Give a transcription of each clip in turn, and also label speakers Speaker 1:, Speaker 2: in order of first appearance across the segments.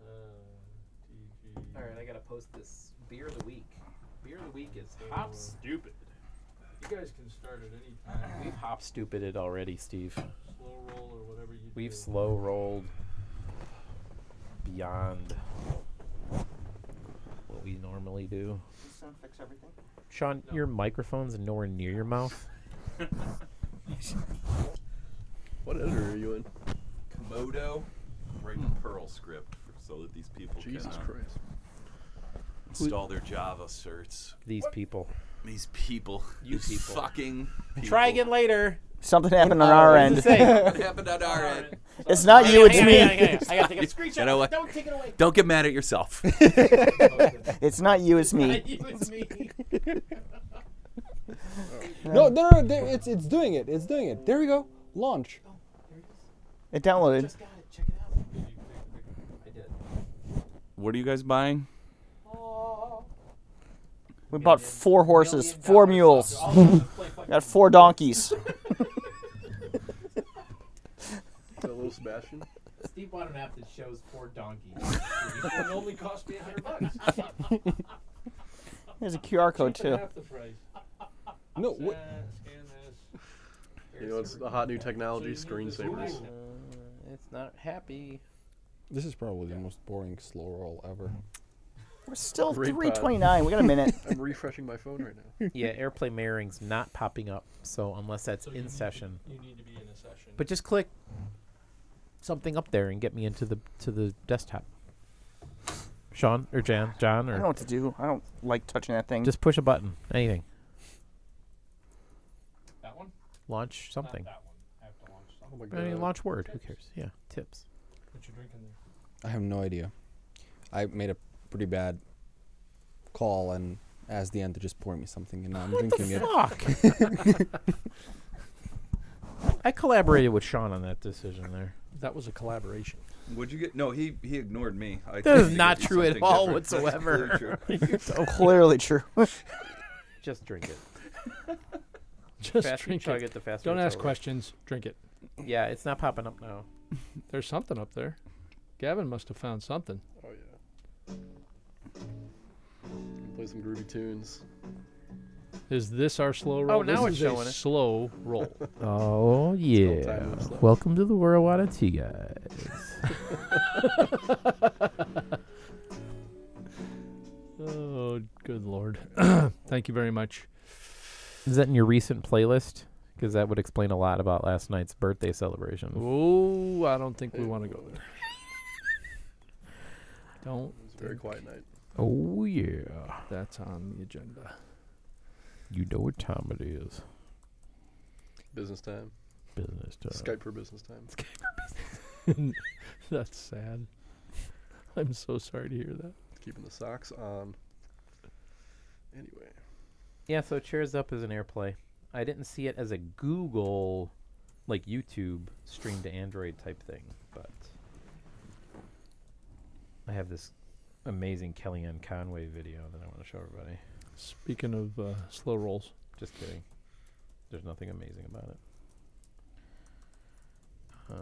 Speaker 1: Uh,
Speaker 2: post this beer of the week. Beer of the week is hop stupid.
Speaker 1: You guys can start at any time.
Speaker 2: We've hop stupided already, Steve.
Speaker 1: slow roll or whatever you
Speaker 2: We've
Speaker 1: do.
Speaker 2: slow rolled beyond what we normally do.
Speaker 3: Just don't fix everything.
Speaker 2: Sean,
Speaker 1: No.
Speaker 2: your microphone's nowhere near your mouth.
Speaker 4: What editor are you in?
Speaker 5: Komodo, write
Speaker 2: Hmm.
Speaker 5: a Perl script for, so that these people
Speaker 4: Jesus
Speaker 5: can uh,
Speaker 4: Christ.
Speaker 5: install their Java certs.
Speaker 2: These people.
Speaker 5: These people,
Speaker 2: You
Speaker 5: these
Speaker 2: people.
Speaker 5: fucking. People.
Speaker 2: Try again later.
Speaker 3: Something happened on our
Speaker 2: hours
Speaker 3: end.
Speaker 2: to say.
Speaker 5: What happened on our end?
Speaker 3: it's not you, it's
Speaker 2: Hang on, hang on, hang
Speaker 3: me.
Speaker 2: on. I gotta take a screenshot.
Speaker 5: You know what?
Speaker 2: Don't take it away.
Speaker 5: Don't get mad at yourself.
Speaker 3: It's not you, it's me.
Speaker 2: Uh, You, it's me.
Speaker 6: No, no, no, no Oh, there, it's it's doing it. It's doing it. There we go. Launch.
Speaker 3: It downloaded.
Speaker 2: Just got it. Check it out.
Speaker 1: I did.
Speaker 5: what are you guys buying?
Speaker 3: We bought four horses,
Speaker 2: Million
Speaker 3: four
Speaker 2: dollars.
Speaker 3: mules.
Speaker 2: All of them play fucking-
Speaker 3: Got four donkeys.
Speaker 4: That little Sebastian?
Speaker 2: Steve bought an app that shows four donkeys.
Speaker 1: It only cost me a hundred bucks.
Speaker 3: There's a QR code
Speaker 1: Cheaper
Speaker 3: too.
Speaker 1: Half the price.
Speaker 6: No,
Speaker 1: Uh,
Speaker 6: wha-
Speaker 1: scan this.
Speaker 4: You know, it's the hot new technology
Speaker 1: So you need this
Speaker 4: screensavers.
Speaker 1: rule.
Speaker 2: it's not happy.
Speaker 6: This is probably the most boring slow roll ever.
Speaker 3: We're still
Speaker 4: Great pod.
Speaker 3: 329. We got a minute.
Speaker 4: I'm refreshing my phone right now.
Speaker 2: Yeah, AirPlay mirroring's not popping up, so unless that's
Speaker 1: So you
Speaker 2: in
Speaker 1: need to-
Speaker 2: session.
Speaker 1: You need to be in a session.
Speaker 2: But just click something up there and get me into the to the desktop. Sean or Jan, John
Speaker 3: I don't know
Speaker 2: or
Speaker 3: what to do. I don't like touching that thing.
Speaker 2: just push a button. Anything.
Speaker 1: that one?
Speaker 2: Launch
Speaker 1: Not
Speaker 2: something.
Speaker 1: that one. I have to launch
Speaker 4: Oh
Speaker 1: something.
Speaker 4: my
Speaker 2: I mean,
Speaker 4: god.
Speaker 2: launch Word. Who cares? Yeah. Tips.
Speaker 1: What you drinking there?
Speaker 6: I have no idea. I made a pretty bad call and asked the end to just pour me something, and now I'm drinking it.
Speaker 2: Fuck. I collaborated with Sean on that decision there.
Speaker 7: That was a collaboration.
Speaker 5: Would you get? No, he he ignored me. I
Speaker 2: That
Speaker 5: tried
Speaker 2: is
Speaker 5: to
Speaker 2: not
Speaker 5: get you
Speaker 2: true at
Speaker 5: something
Speaker 2: all
Speaker 5: different. That's
Speaker 2: whatsoever.
Speaker 5: clearly true.
Speaker 3: Clearly true.
Speaker 2: Just drink it.
Speaker 7: Just
Speaker 2: Faster you
Speaker 7: drink
Speaker 2: chug
Speaker 7: it.
Speaker 2: it, the faster
Speaker 7: Don't
Speaker 2: it's
Speaker 7: ask
Speaker 2: over.
Speaker 7: questions. Drink it.
Speaker 2: Yeah, it's not popping up now.
Speaker 7: There's something up there. Gavin must have found something.
Speaker 4: Oh yeah. Play some groovy tunes.
Speaker 7: Is this our slow roll?
Speaker 2: Oh, now
Speaker 7: This
Speaker 2: it's
Speaker 7: is a
Speaker 2: showing it.
Speaker 7: slow roll.
Speaker 2: Oh
Speaker 4: time lapse left.
Speaker 2: Welcome to the world of tea guys.
Speaker 7: oh, good lord. Thank you very much.
Speaker 2: Is that in your recent playlist? Because that would explain a lot about last night's birthday celebration.
Speaker 7: Oh, I don't think we want to go there. Don't.
Speaker 4: It was a very quiet night.
Speaker 2: Oh yeah,
Speaker 7: That's on the agenda.
Speaker 2: you know what time it is.
Speaker 4: Business time.
Speaker 2: Business time.
Speaker 4: Skype for business time.
Speaker 7: That's sad. I'm so sorry to hear that.
Speaker 4: Keeping the socks on. Anyway.
Speaker 2: Yeah, so Cheers Up is an AirPlay. I didn't see it as a Google, like YouTube stream to Android type thing, but I have this amazing Kellyanne Conway video that I want to show everybody.
Speaker 7: Speaking of uh, slow rolls,
Speaker 2: Just kidding. There's nothing amazing about it. Uh,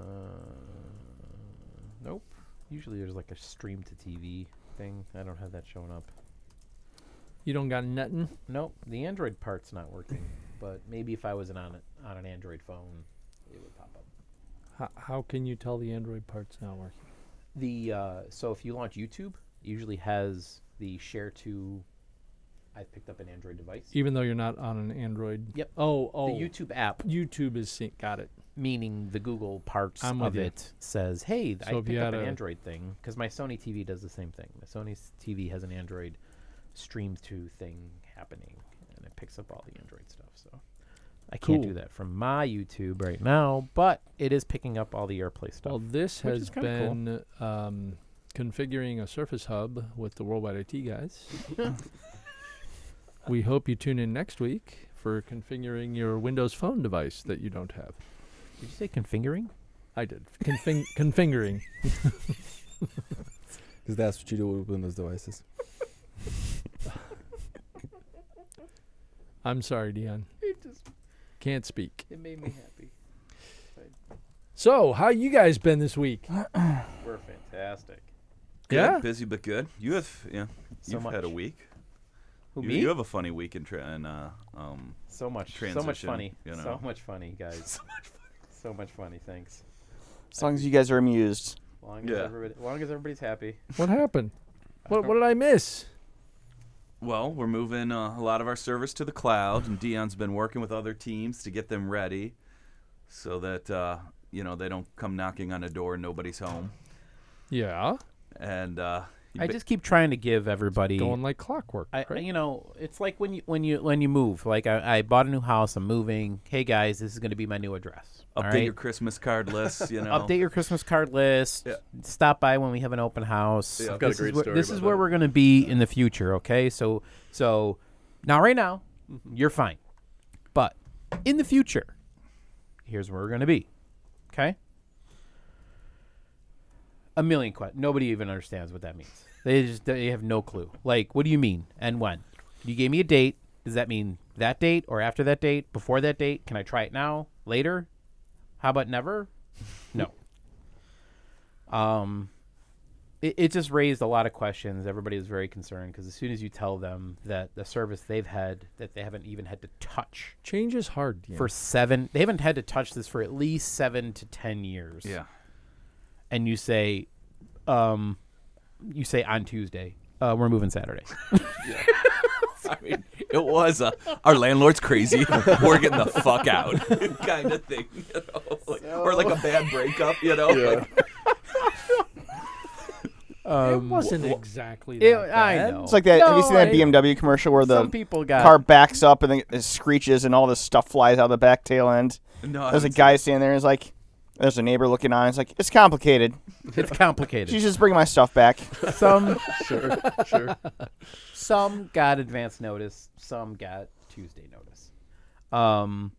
Speaker 2: nope. Usually there's like a stream to TV thing. I don't have that showing up.
Speaker 7: you don't got nothing.
Speaker 2: Nope. The Android part's not working. But maybe if I was an on it on an Android phone, it would pop up.
Speaker 7: How, how can you tell the Android part's not working?
Speaker 2: The uh, so if you launch YouTube, it usually has the share to. I picked up an Android device.
Speaker 7: Even though you're not on an Android.
Speaker 2: Yep.
Speaker 7: Oh, oh.
Speaker 2: The YouTube app
Speaker 7: YouTube is sync. Got it.
Speaker 2: meaning the Google parts
Speaker 7: I'm
Speaker 2: of
Speaker 7: with you.
Speaker 2: it says, "Hey, th-
Speaker 7: So
Speaker 2: I
Speaker 7: if you
Speaker 2: picked up
Speaker 7: had
Speaker 2: an
Speaker 7: a-
Speaker 2: Android thing because my Sony TV does the same thing. My Sony s- TV has an Android stream to thing happening, and it picks up all the Android stuff. So I can't do
Speaker 7: Cool.
Speaker 2: that from my YouTube right now, but it is picking up all the AirPlay stuff.
Speaker 7: Well, this
Speaker 2: Which is
Speaker 7: has
Speaker 2: kinda cool.
Speaker 7: been um, configuring a Surface Hub with the Worldwide IT guys. we hope you tune in next week for configuring your Windows Phone device that you don't have.
Speaker 2: Did you say configuring?
Speaker 7: I did. Config- configuring.
Speaker 6: Because that's what you do with Windows devices.
Speaker 7: I'm sorry, Dion. Can't speak.
Speaker 2: It made me happy.
Speaker 7: So, how you guys been this week?
Speaker 2: We're fantastic.
Speaker 5: Good,
Speaker 7: Yeah.
Speaker 5: busy but good. You have yeah.
Speaker 2: So
Speaker 5: you've had a
Speaker 2: much.
Speaker 5: week.
Speaker 2: Who
Speaker 5: you,
Speaker 2: me?
Speaker 5: you have a funny week in tra- in, uh, um
Speaker 2: so much, so much
Speaker 5: transition,
Speaker 2: funny,
Speaker 5: you
Speaker 2: so
Speaker 5: know.
Speaker 2: much funny, guys, so much funny. Thanks.
Speaker 3: As long as you guys are amused.
Speaker 2: Long as
Speaker 5: Yeah.
Speaker 2: everybody, long as everybody's happy.
Speaker 7: What happened? What, what did I miss?
Speaker 5: Well, we're moving uh, a lot of our servers to the cloud, and Dion's been working with other teams to get them ready, so that uh, you know they don't come knocking on a door and nobody's home.
Speaker 7: Yeah,
Speaker 5: And uh, he
Speaker 2: I
Speaker 5: ba-
Speaker 2: just keep trying to give everybody.
Speaker 7: going like clockwork.
Speaker 2: I,
Speaker 7: right?
Speaker 2: you know, it's like when you when you when you move. Like I, I bought a new house. I'm moving. Hey guys, this is going to be my new address. all
Speaker 5: update
Speaker 2: right?
Speaker 5: your Christmas card list. You know,
Speaker 2: Update your Christmas card list.
Speaker 5: Yeah.
Speaker 2: Stop by when we have an open house.
Speaker 4: Yeah, I've got a
Speaker 2: this
Speaker 4: great
Speaker 2: is where,
Speaker 4: story
Speaker 2: This
Speaker 4: about
Speaker 2: is where
Speaker 4: that.
Speaker 2: we're going to be in the future. Okay, so so now right now
Speaker 4: Mm-hmm.
Speaker 2: you're fine, but in the future, here's where we're going to be. Okay. A million questions. Nobody even understands what that means. They just they have no clue. Like, what do you mean and when? You gave me a date. Does that mean that date or after that date? Before that date? Can I try it now? Later? How about never? No. Um, it, it just raised a lot of questions. Everybody was very concerned because as soon as you tell them that the service they've had that they haven't even had to touch
Speaker 7: Change is hard. Ian.
Speaker 2: for seven, they haven't had to touch this for at least seven to ten years.
Speaker 5: Yeah,
Speaker 2: and you say, um, you say on Tuesday, uh, we're moving Saturday.
Speaker 5: I mean, it was a our landlord's crazy. we're getting the fuck out, kind of thing, you know? like, or like a bad breakup. You know, like,
Speaker 7: it wasn't exactly
Speaker 2: It-
Speaker 7: that
Speaker 2: I
Speaker 7: bad.
Speaker 2: know.
Speaker 3: It's like that. have
Speaker 2: No,
Speaker 3: you seen that
Speaker 2: I-
Speaker 3: BMW commercial where the
Speaker 2: Some people got
Speaker 3: car backs up and then it screeches and all this stuff flies out the back tail end?
Speaker 5: no, I
Speaker 3: There's a
Speaker 5: haven't
Speaker 3: guy standing there. He's like, there's a neighbor looking on. He's like, it's complicated.
Speaker 2: it's
Speaker 3: She's
Speaker 2: complicated.
Speaker 3: just bringing my stuff back.
Speaker 2: some
Speaker 4: sure, sure.
Speaker 2: some got advance notice, some got Tuesday notice. Um,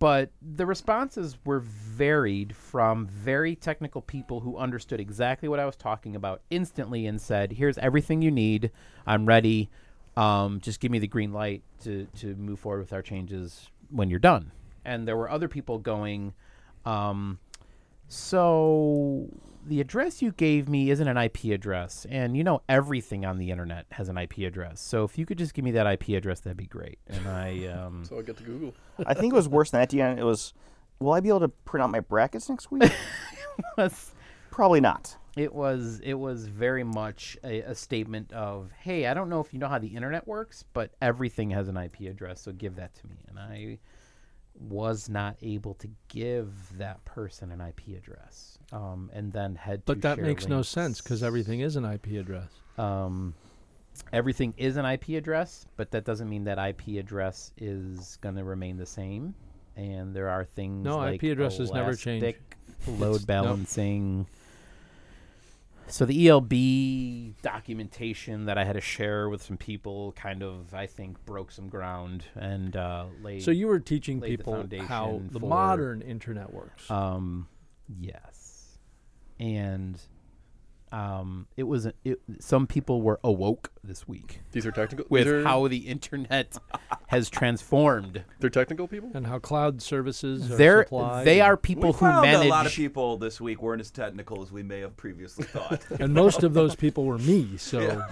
Speaker 2: but the responses were varied from very technical people who understood exactly what I was talking about instantly and said, "Here's everything you need. I'm ready. Um, just give me the green light to to move forward with our changes when you're done." And there were other people going, um, so the address you gave me isn't an IP address, and you know everything on the internet has an IP address. So if you could just give me that IP address, that'd be great. And I, um,
Speaker 4: So I get to Google.
Speaker 3: I think it was worse than that. Deanna. It was, will I be able to print out my brackets next week? Probably not.
Speaker 2: it was it was very much a, a statement of, hey, I don't know if you know how the internet works, but everything has an IP address, so give that to me. And I was not able to give that person an IP address, um, and then had to
Speaker 7: But that
Speaker 2: share
Speaker 7: makes no
Speaker 2: links.
Speaker 7: sense because everything is an IP address.
Speaker 2: um, everything is an IP address, but that doesn't mean that IP address is going to remain the same. And there are things
Speaker 7: No,
Speaker 2: like
Speaker 7: IP addresses never change.
Speaker 2: elastic load
Speaker 7: nope.
Speaker 2: balancing. So the ELB documentation that I had to share with some people kind of, I think, broke some ground and uh, laid.
Speaker 7: So you were teaching
Speaker 2: laid the
Speaker 7: people how
Speaker 2: foundation
Speaker 7: the
Speaker 2: for-
Speaker 7: modern internet works.
Speaker 2: Um, yes, and um, it was it, some people were awoke this week
Speaker 4: These are technical.
Speaker 2: with
Speaker 4: these are,
Speaker 2: how the internet has transformed.
Speaker 4: they're technical people.
Speaker 7: and how cloud services are
Speaker 2: They're
Speaker 7: supplied.
Speaker 2: they are
Speaker 5: We
Speaker 2: people who
Speaker 5: found
Speaker 2: manage.
Speaker 5: a lot of people this week weren't as technical as we may have previously thought.
Speaker 7: and most of those people were me. So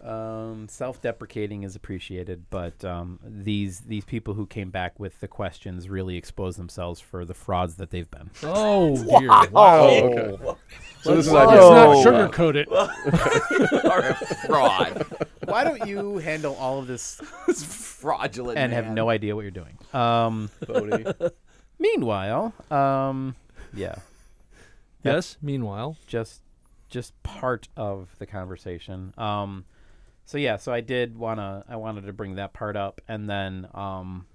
Speaker 2: Um, self-deprecating is appreciated, but um, these these people who came back with the questions really exposed themselves for the frauds that they've been.
Speaker 7: oh dear, wow.
Speaker 4: Oh, okay. So this is
Speaker 3: Let's
Speaker 4: IBM.
Speaker 3: not
Speaker 4: Oh, wow.
Speaker 7: sugarcoat it.
Speaker 5: Or a fraud,
Speaker 2: Why don't you handle all of this
Speaker 5: This fraudulent,
Speaker 2: and have
Speaker 5: man.
Speaker 2: no idea what you're doing? Um,
Speaker 4: Phony.
Speaker 2: meanwhile, um, yeah.
Speaker 7: yes. Meanwhile,
Speaker 2: just just part of the conversation. Um, so yeah, so I did wanna I wanted to bring that part up, and then um,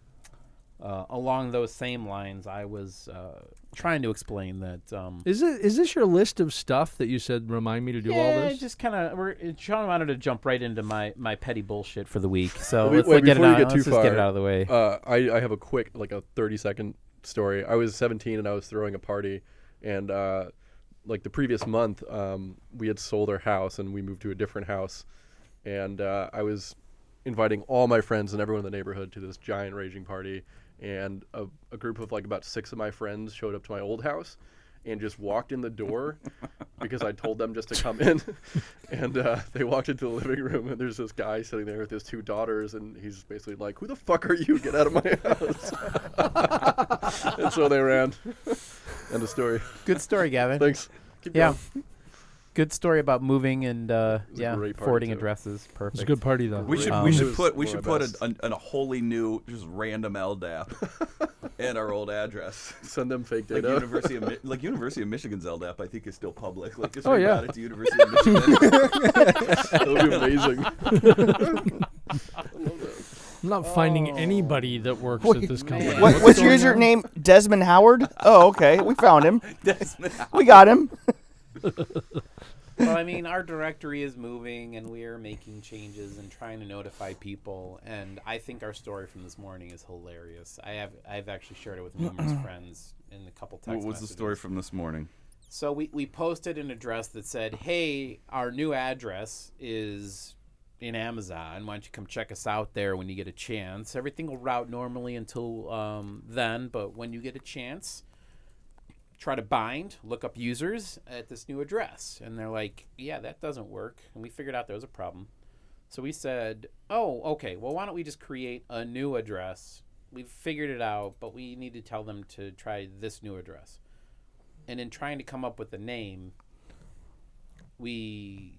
Speaker 2: uh, along those same lines, I was uh, trying to explain that. Um,
Speaker 7: is it is this your list of stuff that you said remind me to do
Speaker 2: yeah,
Speaker 7: all this?
Speaker 2: just kind of we're uh, Sean wanted to jump right into my my petty bullshit for the week. So
Speaker 4: Wait,
Speaker 2: let's
Speaker 4: wait,
Speaker 2: get it
Speaker 4: before you
Speaker 2: out.
Speaker 4: get
Speaker 2: let's
Speaker 4: too
Speaker 2: just get it
Speaker 4: far,
Speaker 2: out of the way.
Speaker 4: Uh, I, I have a quick, like a 30 second story. I was 17 and I was throwing a party, and uh, like the previous month, um, we had sold our house and we moved to a different house, and uh, I was inviting all my friends and everyone in the neighborhood to this giant raging party, and a, a group of like about six of my friends showed up to my old house, and just walked in the door because I told them just to come in. and uh, they walked into the living room, and there's this guy sitting there with his two daughters, and he's basically like, Who the fuck are you? Get out of my house. and so they ran. End of story.
Speaker 2: Good story, Gavin.
Speaker 4: Thanks. Keep
Speaker 2: yeah.
Speaker 4: going.
Speaker 2: Good story about moving and uh,
Speaker 4: was a
Speaker 2: yeah,
Speaker 4: great party,
Speaker 2: forwarding
Speaker 4: too.
Speaker 2: addresses. Perfect.
Speaker 7: It's a good party though.
Speaker 5: We should
Speaker 2: Um,
Speaker 5: we
Speaker 4: It
Speaker 5: should
Speaker 4: was
Speaker 5: put we
Speaker 4: one
Speaker 5: should
Speaker 4: of our
Speaker 5: put
Speaker 4: best.
Speaker 5: a, an- an- a wholly new just random LDAP and our old address.
Speaker 4: Send them fake
Speaker 5: Like
Speaker 4: data.
Speaker 5: University of Mi- like University of Michigan's LDAP, I think is still public. Like just
Speaker 7: Oh,
Speaker 5: we
Speaker 7: yeah.
Speaker 5: got it to University of Michigan.
Speaker 4: that would be amazing.
Speaker 7: I'm not finding anybody that works at this company.
Speaker 3: What, what's your
Speaker 7: going on?
Speaker 3: username? Desmond Howard? Oh, okay. We found him.
Speaker 5: Desmond.
Speaker 3: We got him.
Speaker 2: well, I mean, our directory is moving, and we are making changes and trying to notify people. And I think our story from this morning is hilarious. I have I've actually shared it with numerous friends in a couple text.
Speaker 5: What was the
Speaker 2: messages.
Speaker 5: story from this morning?
Speaker 2: So we, we posted an address that said, "Hey, our new address is in Amazon. Why don't you come check us out there when you get a chance? Everything will route normally until um, then, but when you get a chance, try to bind, look up users at this new address." And they're like, "Yeah, that doesn't work." And we figured out there was a problem. So we said, "Oh, okay. Well, why don't we just create a new address? We've figured it out, but we need to tell them to try this new address." and in trying to come up with a name, we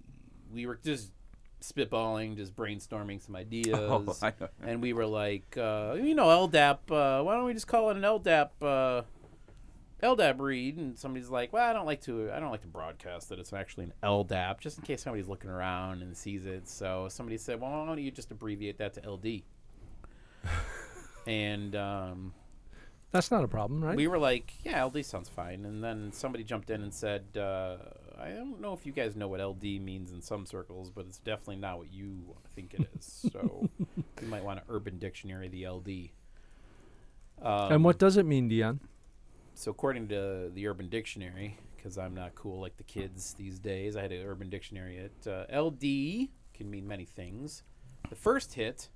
Speaker 2: we were just spitballing, just brainstorming some ideas,
Speaker 5: Oh, I know.
Speaker 2: and we were like, uh, you know, LDAP. Uh, why don't we just call it an LDAP? Uh, LDAP read, and somebody's like, "Well, I don't like to. I don't like to broadcast that it's actually an LDAP, just in case somebody's looking around and sees it." So somebody said, "Well, why don't you just abbreviate that to LD?" and um,
Speaker 7: That's not a problem, right?
Speaker 2: we were like, yeah, LD sounds fine. And then somebody jumped in and said, uh, I don't know if you guys know what LD means in some circles, but it's definitely not what you think it is. So you might want to Urban Dictionary the LD. Um,
Speaker 7: and what does it mean, Dion?
Speaker 2: So according to the Urban Dictionary, because I'm not cool like the kids these days, I had an Urban Dictionary. It uh, LD can mean many things. The first hit,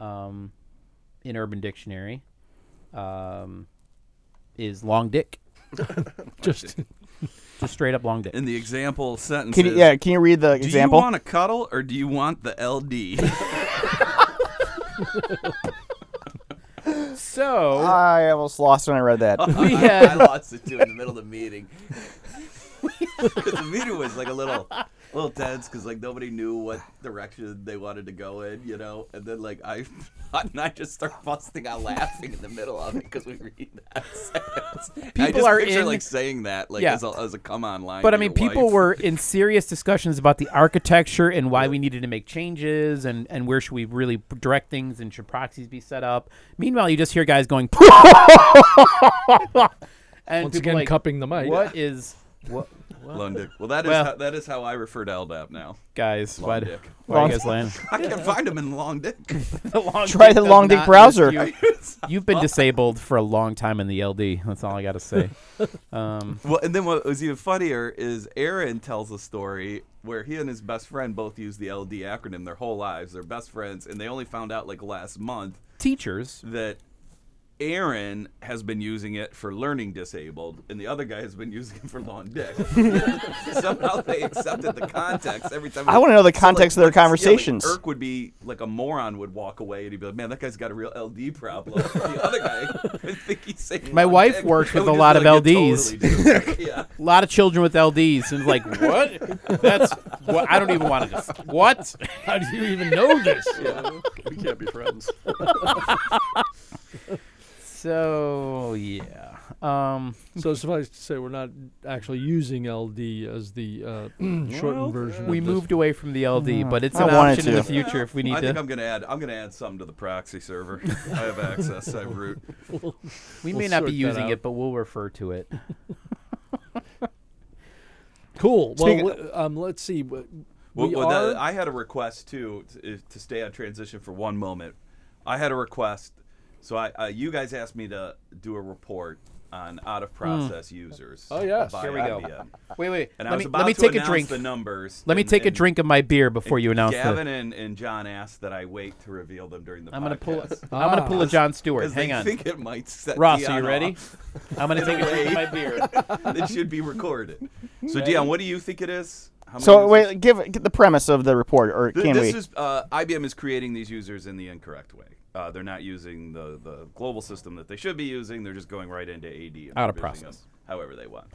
Speaker 2: um, in Urban Dictionary, um, is long dick.
Speaker 7: Just
Speaker 2: Just straight up long dick.
Speaker 5: In the example sentence.
Speaker 3: Can you, yeah, can you read the
Speaker 5: Do
Speaker 3: example?
Speaker 5: you want to cuddle or do you want the LD?
Speaker 2: So
Speaker 3: I almost lost when I read that.
Speaker 2: we
Speaker 5: I
Speaker 2: had
Speaker 5: lost it too in the middle of the meeting. 'Cause the meeting was like a little, little tense because like nobody knew what direction they wanted to go in, you know. And then like I, and I just start busting out laughing in the middle of it because we read that. sentence. I
Speaker 2: People
Speaker 5: just
Speaker 2: are
Speaker 5: picture,
Speaker 2: in-
Speaker 5: like saying that like
Speaker 2: Yeah.
Speaker 5: as, a, as a come on line.
Speaker 2: But
Speaker 5: to
Speaker 2: I mean,
Speaker 5: your
Speaker 2: people
Speaker 5: wife.
Speaker 2: were in serious discussions about the architecture and why we needed to make changes and, and where should we really direct things and should proxies be set up. Meanwhile, you just hear guys going, and
Speaker 7: once
Speaker 2: people
Speaker 7: again
Speaker 2: like,
Speaker 7: cupping the mic.
Speaker 2: What is what
Speaker 5: Lone dick. Well, that is
Speaker 2: Well-
Speaker 5: how, that is how I refer to LDAP now.
Speaker 2: guys?
Speaker 5: Long
Speaker 2: Why, d-
Speaker 5: dick.
Speaker 2: why are you guys lying?
Speaker 5: I can't find him in long dick.
Speaker 2: the long
Speaker 3: Try the
Speaker 2: does
Speaker 3: long dick
Speaker 2: not
Speaker 3: browser.
Speaker 2: list you. You've been disabled for a long time in the LD. That's all I got to say. Um,
Speaker 5: Well, and then what was even funnier is Aaron tells a story where he and his best friend both use the LD acronym their whole lives. They're best friends, and they only found out like last month
Speaker 2: teachers,
Speaker 5: that Aaron has been using it for learning disabled, and the other guy has been using it for long dick. Somehow they accepted the context every time.
Speaker 3: I wanna know the
Speaker 5: So,
Speaker 3: context of
Speaker 5: yeah,
Speaker 3: their
Speaker 5: like,
Speaker 3: conversations.
Speaker 5: Irk would be like a moron would walk away and he'd be like, "Man, that guy's got a real LD problem." the other guy, I think he's saying.
Speaker 2: My
Speaker 5: long
Speaker 2: wife
Speaker 5: dick.
Speaker 2: works
Speaker 5: I
Speaker 2: with
Speaker 5: would
Speaker 2: a
Speaker 5: just
Speaker 2: lot
Speaker 5: be
Speaker 2: of
Speaker 5: like, "Yeah,
Speaker 2: LDs."
Speaker 5: totally, dude." yeah.
Speaker 2: a lot of children with LDs, and it's like what? That's what I don't even want to. What?
Speaker 7: How do you even know this?
Speaker 4: Yeah. We can't be friends.
Speaker 2: So yeah. Um,
Speaker 7: So suffice to say, we're not actually using LD as the uh, shortened version.
Speaker 2: we
Speaker 7: of this.
Speaker 2: moved away from the LD, but it's
Speaker 3: I
Speaker 2: an
Speaker 3: wanted
Speaker 2: option in the
Speaker 3: to.
Speaker 2: future if we need
Speaker 5: I think
Speaker 2: to.
Speaker 5: I'm gonna add. I'm gonna add something to the proxy server. I have access. I root.
Speaker 2: We
Speaker 7: We'll
Speaker 2: may
Speaker 7: sort
Speaker 2: not be
Speaker 7: that
Speaker 2: using
Speaker 7: out.
Speaker 2: it, but we'll refer to it.
Speaker 7: Cool. Well,
Speaker 3: Speaking-
Speaker 7: w- um, let's see. w-
Speaker 5: Well,
Speaker 7: We
Speaker 5: well,
Speaker 7: are.
Speaker 5: that- I had a request too to, eh, to stay on transition for one moment. I had a request. So I, uh, you guys asked me to do a report on out of process users.
Speaker 4: Oh, yes.
Speaker 5: by
Speaker 2: Hmm. Here we go.
Speaker 5: Avia.
Speaker 2: Wait, wait.
Speaker 5: And I
Speaker 2: let
Speaker 5: was
Speaker 2: me
Speaker 5: about
Speaker 2: let me
Speaker 5: to
Speaker 2: take a
Speaker 5: announce
Speaker 2: drink.
Speaker 5: The numbers.
Speaker 2: Let me
Speaker 5: and-
Speaker 2: take a
Speaker 5: and
Speaker 2: drink of my beer before you announce it.
Speaker 5: Gavin and, and John asked that I wait to reveal them during the
Speaker 2: I'm
Speaker 5: podcast.
Speaker 2: gonna pull. I'm gonna pull a John Stewart.
Speaker 5: Because
Speaker 2: Hang
Speaker 5: they
Speaker 2: on,
Speaker 5: think it might set
Speaker 2: Ross. Are
Speaker 5: Dion
Speaker 2: you ready?
Speaker 5: off.
Speaker 2: I'm gonna take a drink of my beer.
Speaker 5: it should be recorded. So Dion, what do you think it is? How many
Speaker 3: So
Speaker 5: users?
Speaker 3: wait, give, give the premise of the report, or
Speaker 5: Th-
Speaker 3: can
Speaker 5: this
Speaker 3: we?
Speaker 5: is uh, IBM is creating these users in the incorrect way. Uh, they're not using the, the global system that they should be using. They're just going right into AD and
Speaker 2: Out of
Speaker 5: provisioning
Speaker 2: process.
Speaker 5: them however they want.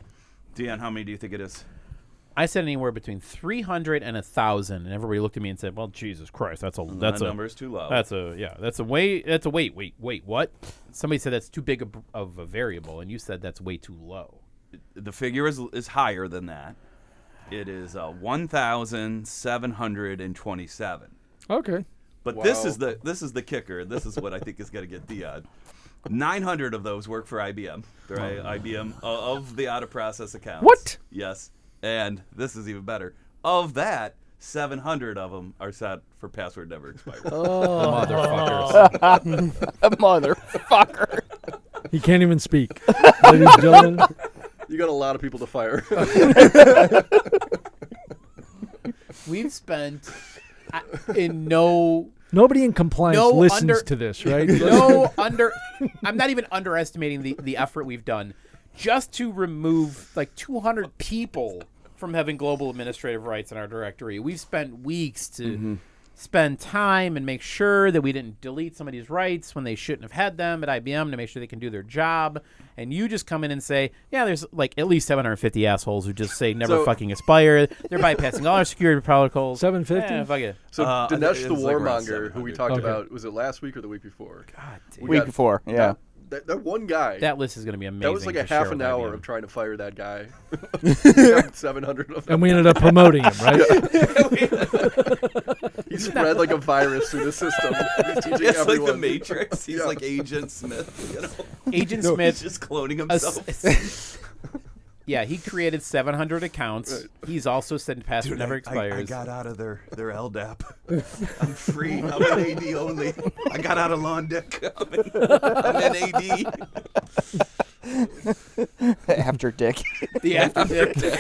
Speaker 5: Dion, how many do you think it is?
Speaker 2: I said anywhere between 300 and 1,000, and everybody looked at me and said, "Well, Jesus Christ, that's a that's
Speaker 5: that
Speaker 2: a
Speaker 5: number is too low.
Speaker 2: that's a yeah that's a way that's a wait wait wait what?" Somebody said that's too big of, of a variable, and you said that's way too low.
Speaker 5: the figure is is higher than that. It is uh, one thousand seven hundred and twenty-seven.
Speaker 7: Okay.
Speaker 5: But this is the this is the kicker. This is what I think is going to get Dion. Nine hundred of those work for IBM. They're I- IBM uh, of the out of process accounts.
Speaker 2: What?
Speaker 5: Yes, and this is even better. Of that, seven hundred of them are set for password never expired.
Speaker 4: Oh,
Speaker 2: Oh. Motherfuckers.
Speaker 3: Motherfucker.
Speaker 7: He can't even speak. Ladies and gentlemen,
Speaker 4: You got a lot of people to fire.
Speaker 2: We've spent I- in no
Speaker 7: nobody in compliance
Speaker 2: No
Speaker 7: listens
Speaker 2: under-
Speaker 7: to this, right?
Speaker 2: no under I'm not even underestimating the the effort we've done just to remove like 200 people from having global administrative rights in our directory. We've spent weeks to
Speaker 4: Mm-hmm.
Speaker 2: spend time and make sure that we didn't delete somebody's rights when they shouldn't have had them at IBM to make sure they can do their job. And you just come in and say, yeah, there's like at least 750 assholes who just say never
Speaker 4: So-
Speaker 2: fucking expire. They're bypassing all our security protocols.
Speaker 7: 750?
Speaker 2: Eh, fuck it.
Speaker 4: So
Speaker 5: Uh, I think
Speaker 4: Dinesh
Speaker 5: it's
Speaker 4: the
Speaker 5: like around
Speaker 4: warmonger, who
Speaker 5: 700.
Speaker 4: we talked
Speaker 7: Okay.
Speaker 4: about, was it last week or the week before?
Speaker 2: God damn.
Speaker 4: We
Speaker 3: Week
Speaker 4: got-
Speaker 3: before, yeah.
Speaker 4: That, that one guy.
Speaker 2: That list is going to be amazing.
Speaker 4: that was like a
Speaker 2: to share
Speaker 4: half an
Speaker 2: with
Speaker 4: hour
Speaker 2: IBM.
Speaker 4: of trying to fire that guy. Seven hundred of them.
Speaker 7: and we ended up promoting him, right? Oh,
Speaker 4: He spread like a virus through the system. He's teaching
Speaker 5: it's like
Speaker 4: everyone.
Speaker 5: the Matrix. He's
Speaker 4: Yeah.
Speaker 5: like Agent Smith. You know,
Speaker 2: Agent
Speaker 5: he's
Speaker 2: Smith
Speaker 5: just cloning
Speaker 2: a
Speaker 5: himself.
Speaker 2: s- yeah, he created 700 accounts. He's also said password never expires.
Speaker 5: I, got out of their their LDAP. I'm free. I'm an AD only. I got out of lawn deck. I'm an, I'm an AD.
Speaker 3: After Dick.
Speaker 2: the after dick.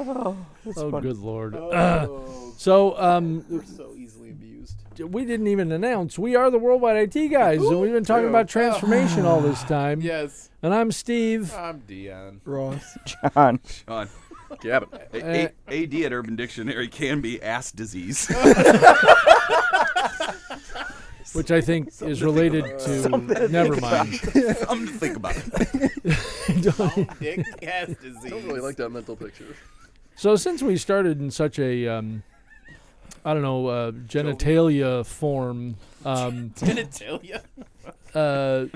Speaker 7: oh, good lord.
Speaker 2: Oh.
Speaker 7: so, um, we're so easily abused. We didn't even announce. We are the Worldwide IT guys, and we've been talking about transformation all this time.
Speaker 2: yes,
Speaker 7: And I'm Steve.
Speaker 2: I'm Dion.
Speaker 6: Ross.
Speaker 3: On.
Speaker 5: Sean,
Speaker 4: Gavin.
Speaker 7: Uh,
Speaker 5: a- A- AD at Urban Dictionary can be ass disease.
Speaker 7: which I think is related to. never mind.
Speaker 5: Something to think about.
Speaker 2: Dick has disease.
Speaker 4: I don't really like that mental picture.
Speaker 7: So since we started in such a, um, I don't know, uh, genitalia form, um,
Speaker 2: genitalia.
Speaker 7: uh,